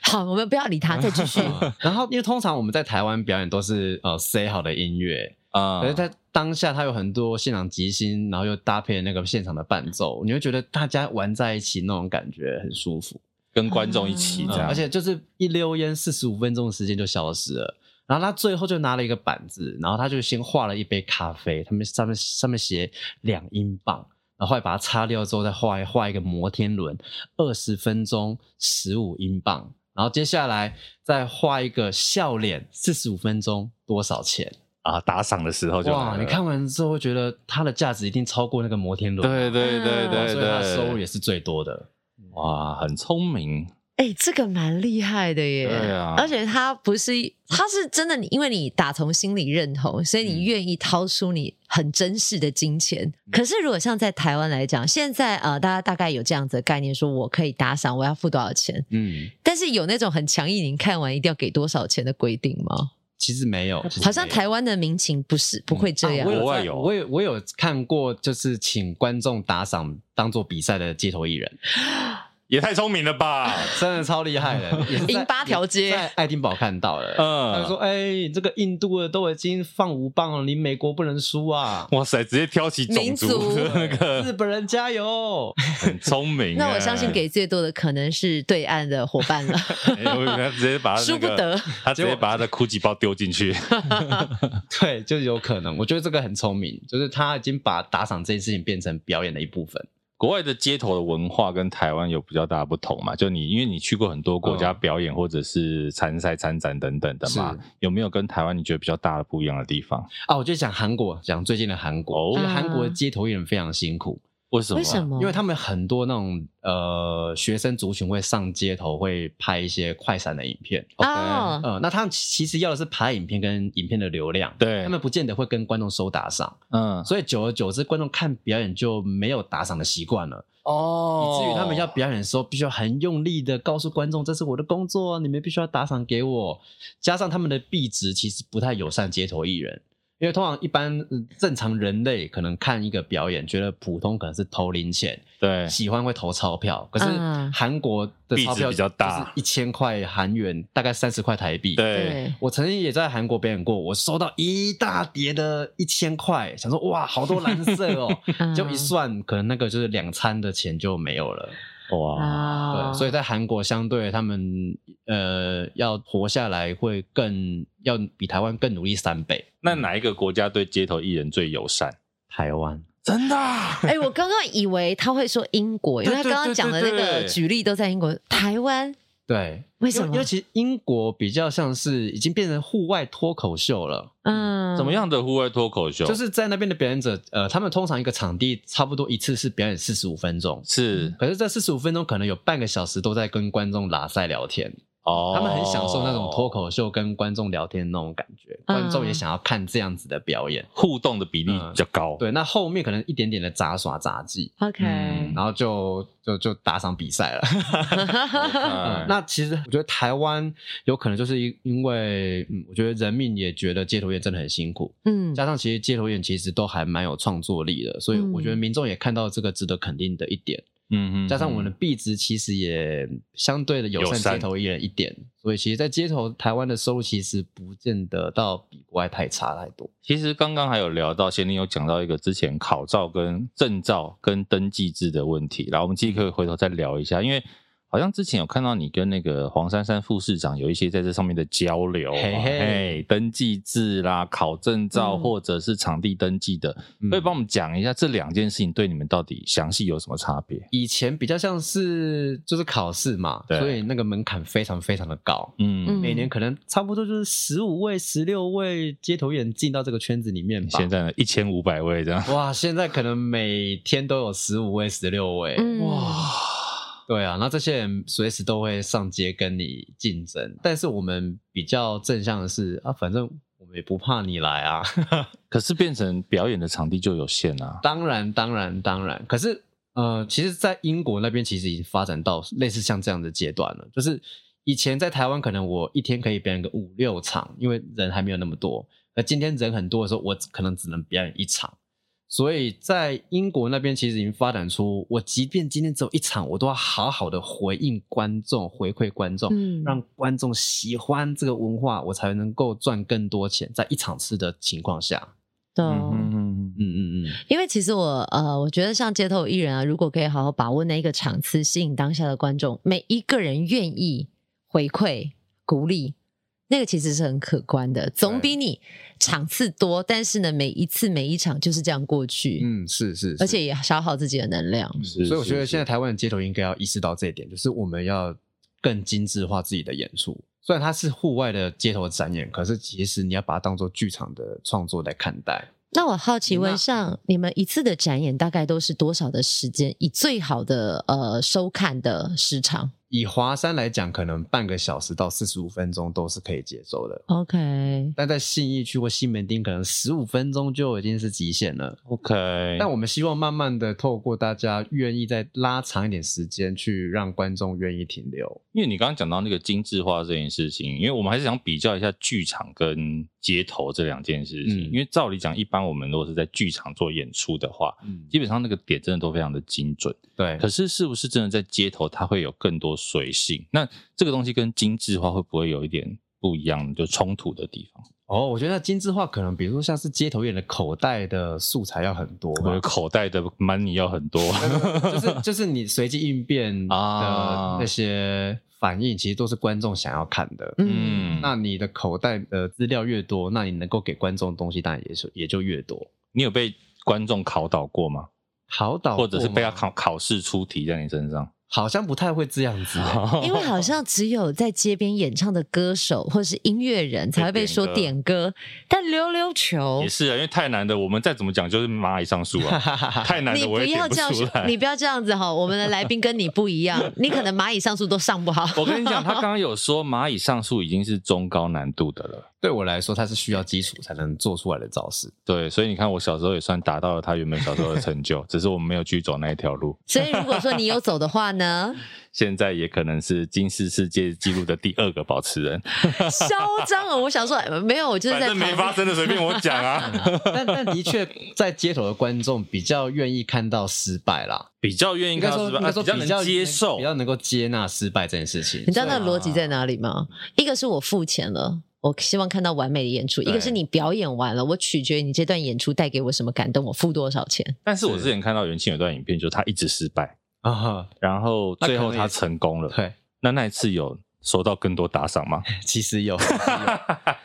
C: 好，我们不要理他，再继续。
E: 然后，因为通常我们在台湾表演都是呃 say 好的音乐，
F: 啊
E: 可是在当下它有很多现场即兴，然后又搭配那个现场的伴奏，你会觉得大家玩在一起那种感觉很舒服。
F: 跟观众一起这
E: 嗯
F: 样，
E: 而且就是一溜烟四十五分钟的时间就消失了。然后他最后就拿了一个板子，然后他就先画了一杯咖啡，他们上面上面写两英镑，然后后来把它擦掉之后，再画一画一个摩天轮，二十分钟十五英镑，然后接下来再画一个笑脸，四十五分钟多少钱？
F: 啊打赏的时候就来
E: 哇！
F: 了
E: 你看完之后会觉得它的价值一定超过那个摩天轮，
F: 对对对对
E: 嗯所以它
F: 对，
E: 的收入也是最多的。
F: 哇，很聪明，
C: 哎、这个蛮厉害的耶！
F: 对啊
C: 而且他不是，他是真的，因为你打从心里认同，所以你愿意掏出你很珍视的金钱。可是如果像在台湾来讲，现在呃，大家大概有这样子的概念，说我可以打赏，我要付多少钱？
E: 嗯，
C: 但是有那种很强硬，你看完一定要给多少钱的规定吗？
E: 其实没有，其实
C: 好像
E: 没有
C: 台湾的民情不是不会这
E: 啊
C: 样。
E: 我有
F: 国外
E: 在
F: 有
E: 我有我有看过，就是请观众打赏当做比赛的街头艺人，
F: 也太聪明了吧？
E: 真的超厉害 的，也是在
C: 赢八条街
E: 也在爱丁堡看到的。 他就说
F: 嗯，：“
E: 哎、这个印度的都已经放五磅了，你美国不能输啊！
F: 哇塞，直接挑起种
C: 民族
F: 族的 那个
E: 日本人加油！
F: 很聪明欸。
C: 那我相信给最多的可能是对岸的伙伴了，
F: 哎，我以为他直接 把他那
C: 输
F: 个
C: 不得。
F: 他直接把他的哭泣包丢进去。
E: 对，就是有可能。我觉得这个很聪明，就是他已经把打赏这件事情变成表演的一部分。
F: 国外的街头的文化跟台湾有比较大的不同嘛？就你因为你去过很多国家表演或者是参赛、参展等等的嘛
E: 嗯是，
F: 有没有跟台湾你觉得比较大的不一样的地方？
E: 啊，我就讲韩国，讲最近的韩国，
F: 哦
E: 就是韩
C: 嗯
E: 国的街头艺人非常辛苦，
F: 为什么？
C: 为什？么？
E: 因
F: 嗯
E: 为他啊们很多那种呃学生族群会上街头，会拍一些快闪的影片。
F: 啊
C: 哦
E: 呃，那他们其实要的是拍影片跟影片的流量，
F: 对
E: 他们不见得会跟观众收打赏，
F: 嗯，
E: 所以久而久之，观众看表演就没有打赏的习惯了，
F: 哦
E: 以至于他们要表演的时候，必须要很用力的告诉观众，这是我的工作，你们必须要打赏给我。加上他们的币值其实不太友善街头艺人。因为通常一般嗯正常人类可能看一个表演，觉得普通可能是投零钱，
F: 对
E: 喜欢会投钞票，可是
C: 嗯
E: 韩国的钞
F: 币值
E: 票
F: 比较大
E: 一千块韩元大概三十块台币。，
F: 对，
C: 对，
E: 我曾经也在韩国表演过，我收到一大叠的一千块，想说哇，好多蓝色哦，
C: 嗯
E: 就一算，可能那个就是两餐的钱就没有了。
F: 哇，
C: 啊
E: 对，所以在韩国相对他们呃要活下来会更要比台湾更努力三倍。
F: 那哪一个国家对街头艺人最友善？
E: 台湾
F: 真的啊、
C: 哎、我刚刚以为他会说英国，因为他
F: 对对
C: 刚刚讲的那
F: 对对
C: 个
F: 对
C: 举例都在英国、台湾，
E: 对，
C: 为什么
E: 因因为其实英国比较像是已经变成户外脱口秀了，
C: 嗯，
F: 怎么？样的户外脱口秀？
E: 就是在那边的表演者，呃，他们通常一个场地差不多一次是表演四十五分钟，
F: 是
E: 可是这四十五分钟可能有半个小时都在跟观众拉塞聊天，
F: 哦，
E: 他们很享受那种脱口秀跟观众聊天的那种感觉，
C: 嗯
E: 观众也想要看这样子的表演。
F: 互动的比例比较高。
E: 嗯对，那后面可能一点点的杂耍杂技，
C: ？OK，、
F: 嗯
E: 然后就就就打上比赛了。
F: 哎，
E: 那其实我觉得台湾有可能就是因因为，嗯，我觉得人民也觉得街头演真的很辛苦，
C: 嗯
E: 加上其实街头演其实都还蛮有创作力的，所以我觉得民众也看到这个值得肯定的一点。
F: 嗯
E: 加上我们的币值其实也相对的友
F: 友
E: 善
F: 善
E: 街头艺人一点，所以其实，在街头台湾的收入其实不见得到比国外太差太多。
F: 其实刚刚还有聊到，贤玲有讲到一个之前考照跟证照跟登记制的问题，然后我们今天可以回头再聊一下，因为好像之前有看到你跟那个黄珊珊副市长有一些在这上面的交流，
E: 嘿嘿
F: 哎登记制啦、考证照
C: 嗯
F: 或者是场地登记的，
E: 嗯
F: 可以帮我们讲一下这两件事情对你们到底详细有什么差别？
E: 以前比较像是就是考试嘛，
F: 对
E: 所以那个门槛非常非常的高。
F: 嗯，
C: 嗯
E: 每年可能差不多就是十五位、十六位街头艺人进到这个圈子里面吧。
F: 现在呢一千五百位这样，
E: 哇，现在可能每天都有十五位、十六位，
C: 嗯
E: 对啊，那这些人随时都会上街跟你竞争。但是我们比较正向的是啊，反正我们也不怕你来啊。
F: 可是变成表演的场地就有限啊，
E: 当然，当然，当然。可是呃，其实，在英国那边其实已经发展到类似像这样的阶段了，就是以前在台湾可能我一天可以表演个五六场，因为人还没有那么多。那今天人很多的时候，我只可能只能表演一场。所以在英国那边，其实已经发展出，我即便今天只有一场，我都要好好的回应观众，回馈观众，
C: 嗯
E: 让观众喜欢这个文化，我才能够赚更多钱。在一场次的情况下，
C: 懂。
F: 嗯
E: 嗯嗯嗯，
C: 因为其实我呃，我觉得像街头艺人啊，如果可以好好把握那一个场次，吸引当下的观众，每一个人愿意回馈鼓励，那个其实是很可观的，总比你场次多，但是呢，每一次每一场就是这样过去，
E: 嗯，是是，是
C: 而且也消耗自己的能量。
F: 是
E: 所以我觉
F: 是
E: 得现在
F: 是
E: 台湾的街头应该要意识到这一点，就是我们要更精致化自己的演出。虽然它是户外的街头展演，可是其实你要把它当做剧场的创作来看待。
C: 那我好奇
E: 那
C: 问上，你们一次的展演大概都是多少的时间？以最好的呃收看的时长
E: 以华山来讲，可能半个小时到四十五分钟都是可以接受的，
C: ？OK，
E: 但在信义区或西门町，可能十五分钟就已经是极限了。
F: OK，
E: 但我们希望慢慢的透过大家愿意再拉长一点时间，去让观众愿意停留。
F: 因为你刚刚讲到那个精致化这件事情，因为我们还是想比较一下剧场跟街头这两件事情。
E: 嗯
F: 因为照理讲，一般我们如果是在剧场做演出的话，
E: 嗯，
F: 基本上那个点真的都非常的精准。
E: 对
F: 可。是是不是真的在街头，它会有更多随性？那这个东西跟精致化会不会有一点不一样，就冲突的地方？
E: 哦，我觉得精致化可能，比如说像是街头艺人的口袋的素材要很多
F: 我
E: 吧，
F: 的口袋的 money 要很多
E: 就是就是你随机应变的
F: 啊
E: 那些反应，其实都是观众想要看的。
C: 嗯
F: 嗯，
E: 那你的口袋的资料越多，那你能够给观众的东西，当然也是也就越多。
F: 你有被观众考倒过吗？
E: 好导
F: 或者是被他
E: 过吗，
F: 考考试出题在你身上？
E: 好像不太会这样子、欸。
F: 哦
C: 因为好像只有在街边演唱的歌手或是音乐人才会被说点歌，但溜溜球
F: 也，是啊，因为太难的，我们再怎么讲就是蚂蚁上树 啊，太难
C: 你
F: 的我也点
C: 要这样
F: 出
C: 说，
F: 来
C: 你。不要这样子哈，我们的来宾跟你不一样，你可能蚂蚁上树都上不好。
F: 我跟你讲，他刚刚有说蚂蚁上树已经是中高难度的了，
E: 对我来说，它是需要基础才能做出来的招式。
F: 对，所以你看我小时候也算达到了他原本小时候的成 就，只是我们没有继续走那一条路，
C: 所以如果说你有走的话呢，
F: 现在也可能是金氏世界纪录的第二个保持人，
C: 嚣张哦！我想说呃没有，我就是
F: 反
C: 在
F: 正没发
C: 旁边
F: 生的随便我讲啊，
E: 但但的确，在街头的观众比较愿意看到失败啦。
F: 比较愿意
E: 应
F: 看
E: 该
F: 到
E: 说，
F: 是吧
E: 应该说
F: 啊比较能接受
E: 比，较能够接纳失败这件事情。
C: 你知道那
E: 所以
C: 个逻辑在哪里吗？一个是我付钱了。我希望看到完美的演出，一
E: 对
C: 个是你表演完了，我取决于你这段演出带给我什么感动，我付多少钱。
F: 但是我之前看到袁庆有段影片，就是他一直失败，
E: 啊哈，
F: 然后
E: 那可
F: 最
E: 能
F: 后他
E: 也是
F: 成功了。
E: 对，
F: 那那一次有收到更多打赏吗？
E: 其实 有，其实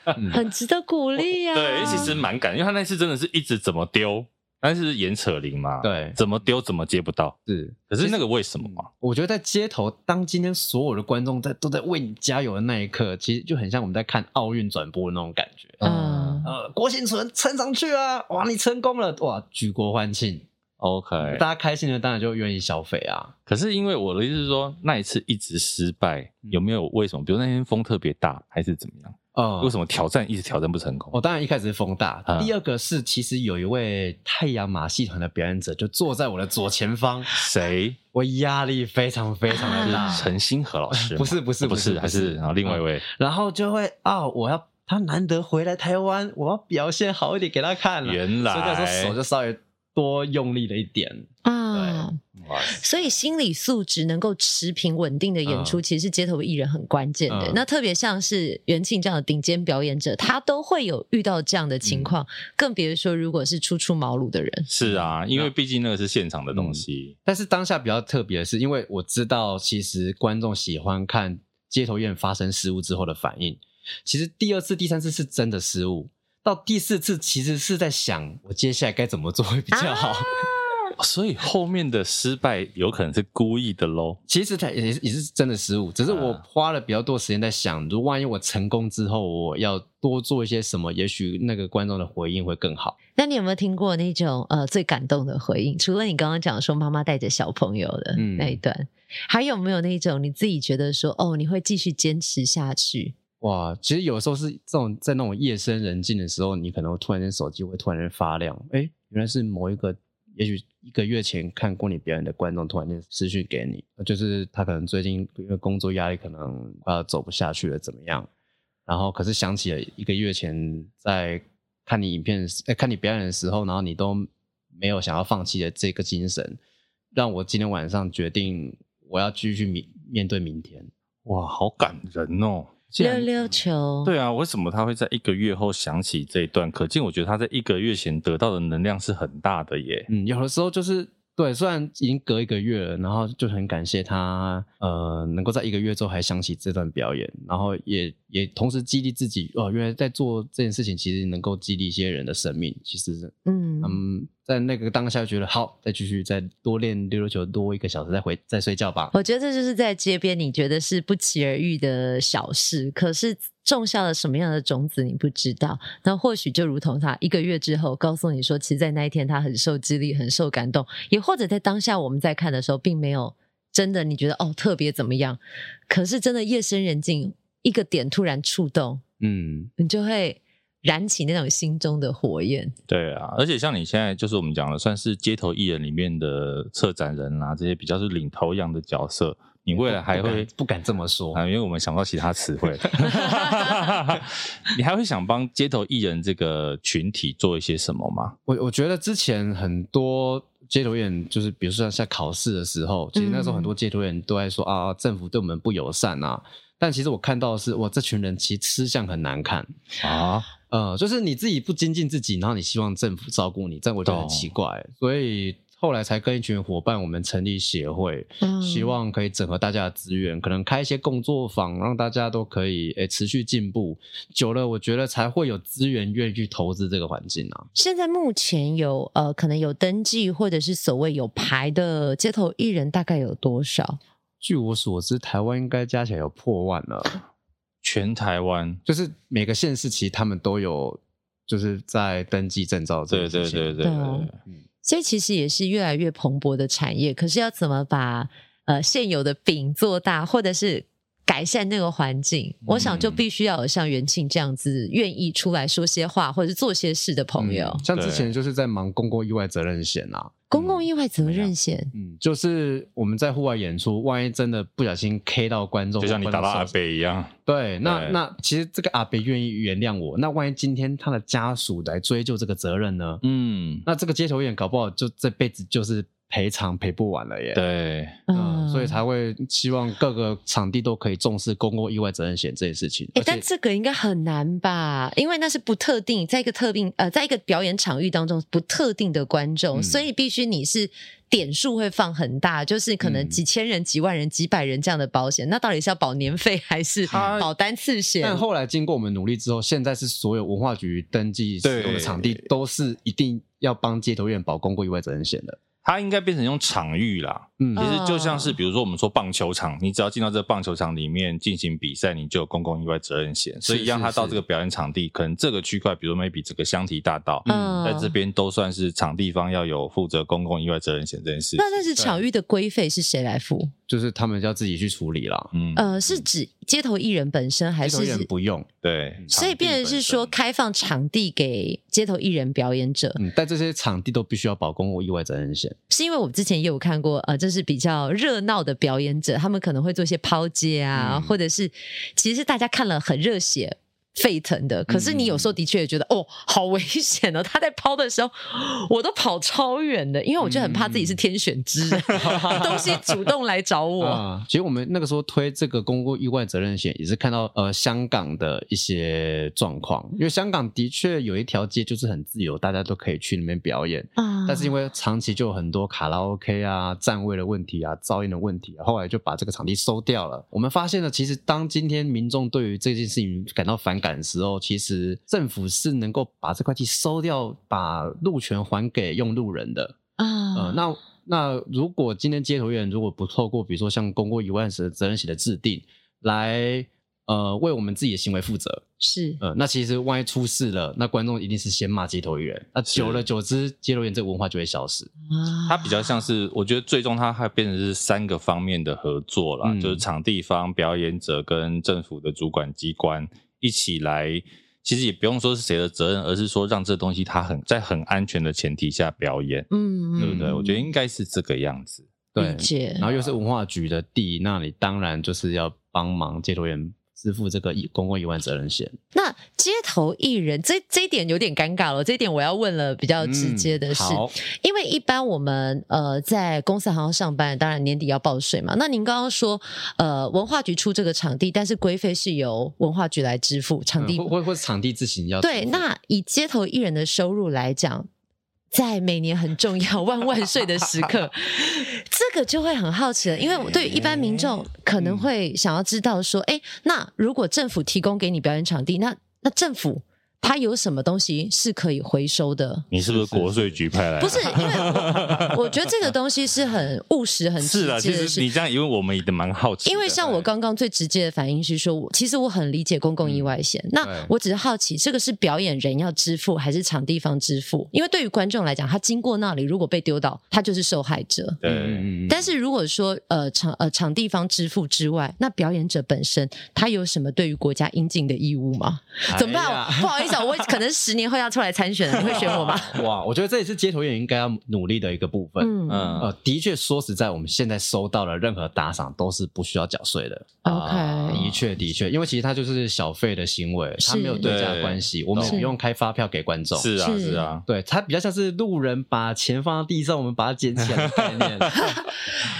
E: 有嗯
C: 很值得鼓励啊。
F: 对，其实蛮感，因为他那次真的是一直怎么丢，但是严扯铃嘛，，
E: 对，
F: 怎么丢怎么接不到。
E: 是。嗯
F: 可是那个为什么啊？
E: 我觉得在街头，当今天所有的观众在都在为你加油的那一刻，其实就很像我们在看奥运转播的那种感觉。
C: 嗯，
E: 呃，郭幸存撑上去啊！哇，你成功了！哇，举国欢庆，
F: ，OK，
E: 大家开心了，当然就愿意消费啊。
F: 嗯可是因为我的意思是说，那一次一直失败，有没有为什么？比如那天风特别大，还是怎么样？
E: 嗯，
F: 为什么挑战一直挑战不成功
E: 我、？哦当然一开始是风大，
F: 嗯
E: 第二个是其实有一位太阳马戏团的表演者就坐在我的左前方，
F: 谁？
E: 我压力非常非常的大，
F: 是陈星河老师
E: 啊
F: 吗？
E: 不是不是
F: 哦不
E: 不是
F: 是，还
E: 不
F: 是
E: 是嗯
F: 然后另外一位
E: 然后就会啊，我要他难得回来台湾，我要表现好一点给他看了，
F: 原
E: 所以那时候手
F: 来
E: 就稍微多用力了一点，
C: 啊，
F: 哇
C: 所以心理素质能够持平稳定的演出，
E: 嗯
C: 其实是街头艺人很关键的。
E: 嗯
C: 那特别像是元庆这样的顶尖表演者，他都会有遇到这样的
E: 嗯
C: 情况，更别说如果是初出茅庐的人。
F: 是
E: 嗯
F: 啊，因为毕竟那个是现场的东西，
E: 但是当下比较特别的是，因为我知道其实观众喜欢看街头艺人发生失误之后的反应。其实第二次、第三次是真的失误，到第四次其实是在想我接下来该怎么做会比较好。嗯
F: 所以后面的失败有可能是故意的喽。
E: 其实他也是也是真的失误，只是我
F: 啊
E: 花了比较多时间在想，如果万一我成功之后，我要多做一些什么，也许那个观众的回应会更好。
C: 那你有没有听过那种呃最感动的回应？除了你刚刚讲说妈妈带着小朋友的
E: 嗯
C: 那一段，还有没有那种你自己觉得说哦你会继续坚持下去？
E: 哇，其实有时候是这种在那种夜深人静的时候，你可能突然间手机会突然间发亮，哎，原来是某一个，也许一个月前看过你表演的观众突然间私讯给你，就是他可能最近因为工作压力可能快要走不下去了，怎么样？然后可是想起了一个月前在看你影片、呃、看你表演的时候，然后你都没有想要放弃的这个精神，让我今天晚上决定我要继续面面对明天。
F: 哇，好感人哦！竟
C: 溜
F: 然
C: 溜球，
F: 对啊，为什么他会在一个月后想起这一段？可见我觉得他在一个月前得到的能量是很大的耶。
E: 嗯，有的时候就是对，虽然已经隔一个月了，然后就很感谢他，呃，能够在一个月之后还想起这段表演，然后也也同时激励自己，哦，原来在做这件事情，其实能够激励一些人的生命。其实是，
C: 嗯，
E: 嗯，在那个当下觉得好，再继续再多练溜溜球多一个小时，再回再睡觉吧。
C: 我觉得这就是在街边你觉得是不期而遇的小事，可是种下了什么样的种子你不知道。那或许就如同他一个月之后告诉你说，其实，在那一天他很受激励，很受感动，也或者在当下我们在看的时候，并没有真的你觉得哦特别怎么样，可是真的夜深人静，一个点突然触动，
E: 嗯，
C: 你就会燃起那种心中的火焰。
F: 对啊，而且像你现在就是我们讲的，算是街头艺人里面的策展人啊，这些比较是领头羊的角色，你未来还
E: 不敢
F: 会
E: 不敢这么说
F: 啊，因为我们想不到其他词 汇，你还会想帮街头艺人这个群体做一些什么吗？
E: 我我觉得之前很多街头艺人，就是比如说像考试的时候，其实那时候很多街头艺人都在说、啊，政府对我们不友善啊。但其实我看到的是，哇，这群人其实吃相很难看，
F: 啊，
E: 呃，就是你自己不精进自己，然后你希望政府照顾你，这样我觉得很
F: 懂
E: 奇怪。所以后来才跟一群伙伴，我们成立协会，
C: 嗯
E: 希望可以整合大家的资源，可能开一些工作坊，让大家都可以诶、持续进步。久了，我觉得才会有资源愿意去投资这个环境啊。
C: 现在目前有呃，可能有登记或者是所谓有牌的街头艺人，大概有多少？
E: 据我所知，台湾应该加起来有破万 了。
F: 全台湾，
E: 就是每个县市其实他们都有，就是在登记证照这
F: 对
E: 件
F: 对
E: 事情。嗯
F: 对对
C: 对
F: 嗯对
C: 啊
F: 对。
C: 所以其实也是越来越蓬勃的产业。可是要怎么把呃现有的饼做大，或者是改善那个环境，我想
E: 嗯
C: 就必须要有像元庆这样子愿意出来说些话，或者是做些事的朋友。
E: 像之前就是在忙公共意外责任险啊，
C: 公共意外责任险，
E: 嗯，就是我们在户外演出，万一真的不小心 K 到观众，
F: 就像你打到阿
E: 北，
F: 北一样，
E: 对，那
F: 对
E: 那其实这个阿北愿意原谅我，那万一今天他的家属来追究这个责任呢？
F: 嗯，
E: 那这个街头艺人搞不好就这辈子就是赔偿赔不完了耶。
F: 对，
E: 嗯，所以才会希望各个场地都可以重视公共意外责任险这件事情。
C: 哎、
E: 而且
C: 但这个应该很难吧？因为那是不特定，在一个特定呃，在一个表演场域当中不特定的观众，
E: 嗯
C: 所以必须你是点数会放很大，就是可能
E: 嗯
C: 几千人、几万人、几百人这样的保险，那到底是要保年费还是
F: 它
C: 保单次险？
E: 但后来经过我们努力之后，现在是所有文化局登记使用的场地
F: 对
E: 都是一定要帮街头院保公共意外责任险的。
F: 它应该变成用场域啦。
E: 嗯
F: 其实就像是
C: 嗯
F: 比如说我们说棒球场，你只要进到这棒球场里面进行比赛，你就有公共意外责任险。所以
E: 是
F: 让它
E: 是
F: 到
E: 是
F: 这个表演场地，可能这个区块，比如 maybe 这个香堤大道，
C: 嗯
F: 在
E: 啊
F: 这边都算是场地方要有负责公共意外责任险这件事。
C: 那但是场域的规费是谁来付？
E: 就是他们要自己去处理啦，
F: 嗯，
C: 呃，是指街头艺人本身，还
E: 街头
C: 是
E: 院不用。
F: 对，
C: 所以
F: 场地
C: 变成是
F: 本身
C: 说开放场地给街头艺人表演者？
E: 嗯，但这些场地都必须要保公共意外责任险。
C: 是因为我之前也有看过，呃，就是比较热闹的表演者，他们可能会做一些抛接啊，
E: 嗯
C: 或者是其实大家看了很热血。沸腾的，可是你有时候的确也觉得、哦，好危险哦！他在抛的时候，我都跑超远的，因为我就很怕自己是天选之人，东西主动来找我。
E: 啊，其实我们那个时候推这个公共意外责任险，也是看到呃香港的一些状况，因为香港的确有一条街就是很自由，大家都可以去那边表演。
C: 啊
E: 但是因
C: 为
E: 为长期就有很多卡拉 OK 啊、站位的问题啊、噪音的问题、啊，后来就把这个场地收掉了。我们发现呢，其实当今天民众对于这件事情感到反感的时候，其实政府是能够把这块地收掉，把路权还给用路人的。
C: 啊
E: 呃，那那如果今天街头艺人如果不透过比如说像公共一万十责任险的制定来呃为我们自己的行为负责，
C: 是
E: 呃，那其实万一出事了，那观众一定是先骂街头艺人，那
F: 是
E: 久而久之，街头艺人这个文化就会消失。
C: 啊
F: 它比较像是，我觉得最终它还变成是三个方面的合作啦，
E: 嗯
F: 就是场地方、表演者跟政府的主管机关一起来。其实也不用说是谁的责任，而是说让这东西它很在很安全的前提下表演，
C: 嗯，嗯
F: 对不对？
C: 嗯
F: 我觉得应该是这个样子。
C: 理解
E: 然后又
C: 啊
E: 是文化局的地，那你当然就是要帮忙街头艺人支付这个一公共一万责任险。
C: 那街头艺人这这一点有点尴尬了，这一点我要问了比较
E: 嗯
C: 直接的是，
E: 好
C: 因为一般我们呃在公司行号上班，当然年底要报税嘛。那您刚刚说呃文化局出这个场地，但是规费是由文化局来支付场地。
E: 嗯或或或是场地自行要
C: 对，
E: 支付
C: 那以街头艺人的收入来讲。在每年很重要 万万岁的时刻，这个就会很好奇了，因为我对于一般民众可
E: 嗯
C: 能会想要知道说，哎、那如果政府提供给你表演场地，那那政府它有什么东西是可以回收的？
F: 你是不是
E: 是是
F: 国税局派来的？
C: 不是，因为我我觉得这个东西是很务实、很直
F: 是啦，
C: 接
F: 其
C: 的
F: 实
C: 事。
F: 你这样一问，我们也蛮好奇的。
C: 因为像我刚刚最直接的反应是说，我其实我很理解公共意
F: 嗯
C: 外险。那
E: 对
C: 我只是好奇，这个是表演人要支付，还是场地方支付？因为对于观众来讲，他经过那里如果被丢倒，他就是受害者。
F: 对，
E: 嗯
C: 但是如果说呃场呃场地方支付之外，那表演者本身他有什么对于国家应尽的义务吗？怎么办？
E: 哎呀
C: 不好意思啊，我可能十年后要出来参选了，你会选 我吗？
E: 哇，我觉得这也是街头艺人应该要努力的一个部分。
C: 嗯
F: 嗯
E: 呃，的确，说实在，我们现在收到了任何打赏都是不需要缴税的。啊
C: ，OK，
E: 的确，的确，因为其实它就是小费的行为，它
C: 是
E: 没有对价
F: 对
E: 关系，我们也
C: 懂
E: 不用开发票给观众。
F: 是啊，
C: 是
F: 是啊，
E: 对，它比较像是路人把钱放到地上，我们把它捡起来的概 念。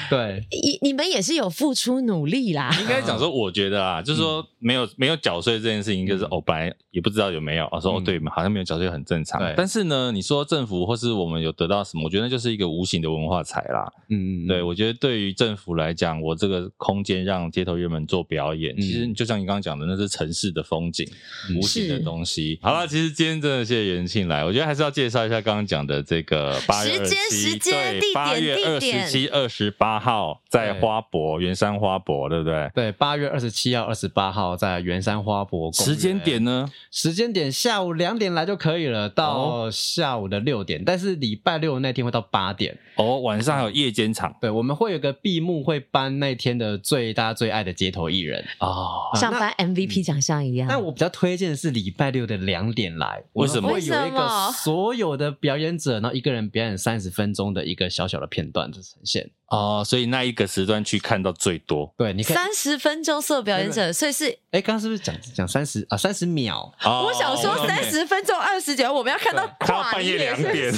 E: 对，
C: 你你们也是有付出努力啦。
F: 应该讲说，我觉得啊，就是说没有没有缴税这件事情，就是
E: 嗯
F: 哦，本来也不知道有没有，我说哦
E: 嗯
F: 对，好像没有缴税很正常
E: 对。
F: 但是呢，你说政府或是我们有得到什么，我觉得那就是一个无形的文化财啦。
E: 嗯，
F: 对，我觉得对于政府来讲，我这个空间让街头人们做表演，
E: 嗯
F: 其实就像你刚刚讲的，那是城市的风景，
E: 嗯
F: 无形的
C: 是
F: 东西。好了，其实今天真的谢谢元庆来，我觉得还是要介绍一下刚刚讲的这个八月
C: 时
F: 二
C: 间
F: 十
C: 时
F: 七，
C: 间地
F: 对，
C: 点
F: 八月
C: 地
F: 二
C: 点
F: 十七、二十八号在
E: 对
F: 花博圆山花博，对不对？
E: 对，八月二十七号、二十八号在圆山花博公园
F: 时间点呢？
E: 时间点下午两点来就可以了，
F: 哦
E: 到下午的六点，但是礼拜六那天会到八点。
F: 哦，晚上还有夜间场
E: 对，我们会有个闭幕会颁那天的最大家最爱的街头艺人。
F: 哦，
C: 像颁 MVP 奖项一样。
E: 但我比较推荐的是礼拜六的两点来，
F: 为什么
E: 我们会有一
C: 为什么
E: 个所有的表演者，然后一个人表演三十分钟的一个小小的片段的呈现。
F: 哦，所以那一个时段去看到最多
E: 对，你看，
C: 三十分钟所有表演者，所以是
E: 哎，刚刚是不是讲讲三十啊？三十秒，
F: 哦
C: 我想早说三十分钟二十九，我们要看到
B: 看
C: 跨
B: 到半夜两点，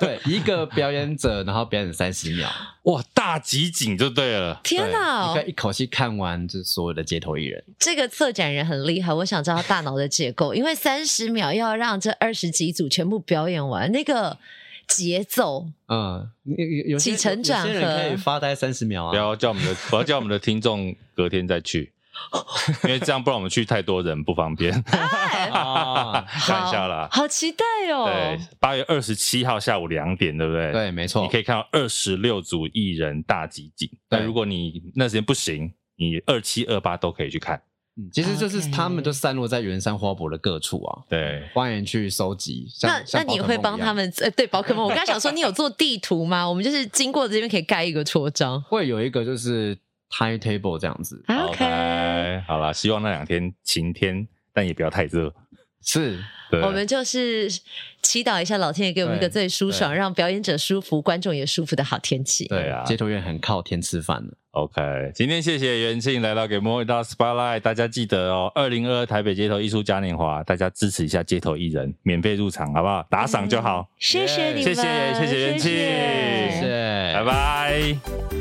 E: 对，一个表演者，然后表演三十秒，
F: 哇，大集锦就对了。
C: 天哪
E: 你可！以一口气看完这所有的街头艺人。
C: 这个策展人很厉害，我想知道大脑的结构，因为三十秒要让这二十几组全部表演完，那个节奏
E: 嗯，有有有些
C: 起承转合
E: 有些人可以发呆三十秒
F: 不
E: 啊。
F: 要叫我们的，不要叫我们的听众隔天再去， 因为这样不然我们去太多人不方便。
E: 啊，
F: 看一下啦，
C: 哎好期待哦！
F: 对，八月二十七号下午两点，对不对？，
E: 对，没错
F: 你可，以看到二十六组艺人大集锦。
E: 对
F: 但如果你那时间不行，你二七二八都可以去看。
E: 嗯其实就是
C: OK
E: 他们就散落在圆山花博的各处啊，
F: 对，
E: 欢迎去收集。像
C: 那那
E: 像宝
C: 你
E: 可梦
C: 会帮
E: 一样
C: 他们？呃，对，宝可梦，我刚才想说，你有做地图吗？我们就是经过这边可以盖一个戳章。
E: 会有一个就是 timetable 这样子，
F: 好拜好啦，希望那两天晴天，但也不要太热。
E: 是
F: 对，
C: 我们就是祈祷一下老天爷给我们一个
E: 对
C: 最舒爽、让表演者舒服、观众也舒服的好天气。
E: 对
F: 对啊
E: 街头艺人很靠天吃饭的。
F: OK，今天谢谢元庆来到给莫一道 Spotlight，大家记得哦，二零二二台北街头艺术嘉年华，大家支持一下街头艺人，免费入场好不好？打赏就好，
C: 谢谢你们，
F: 谢谢谢谢
C: 谢
F: 元庆，
C: 谢
E: 谢谢，
F: 拜拜。
C: 拜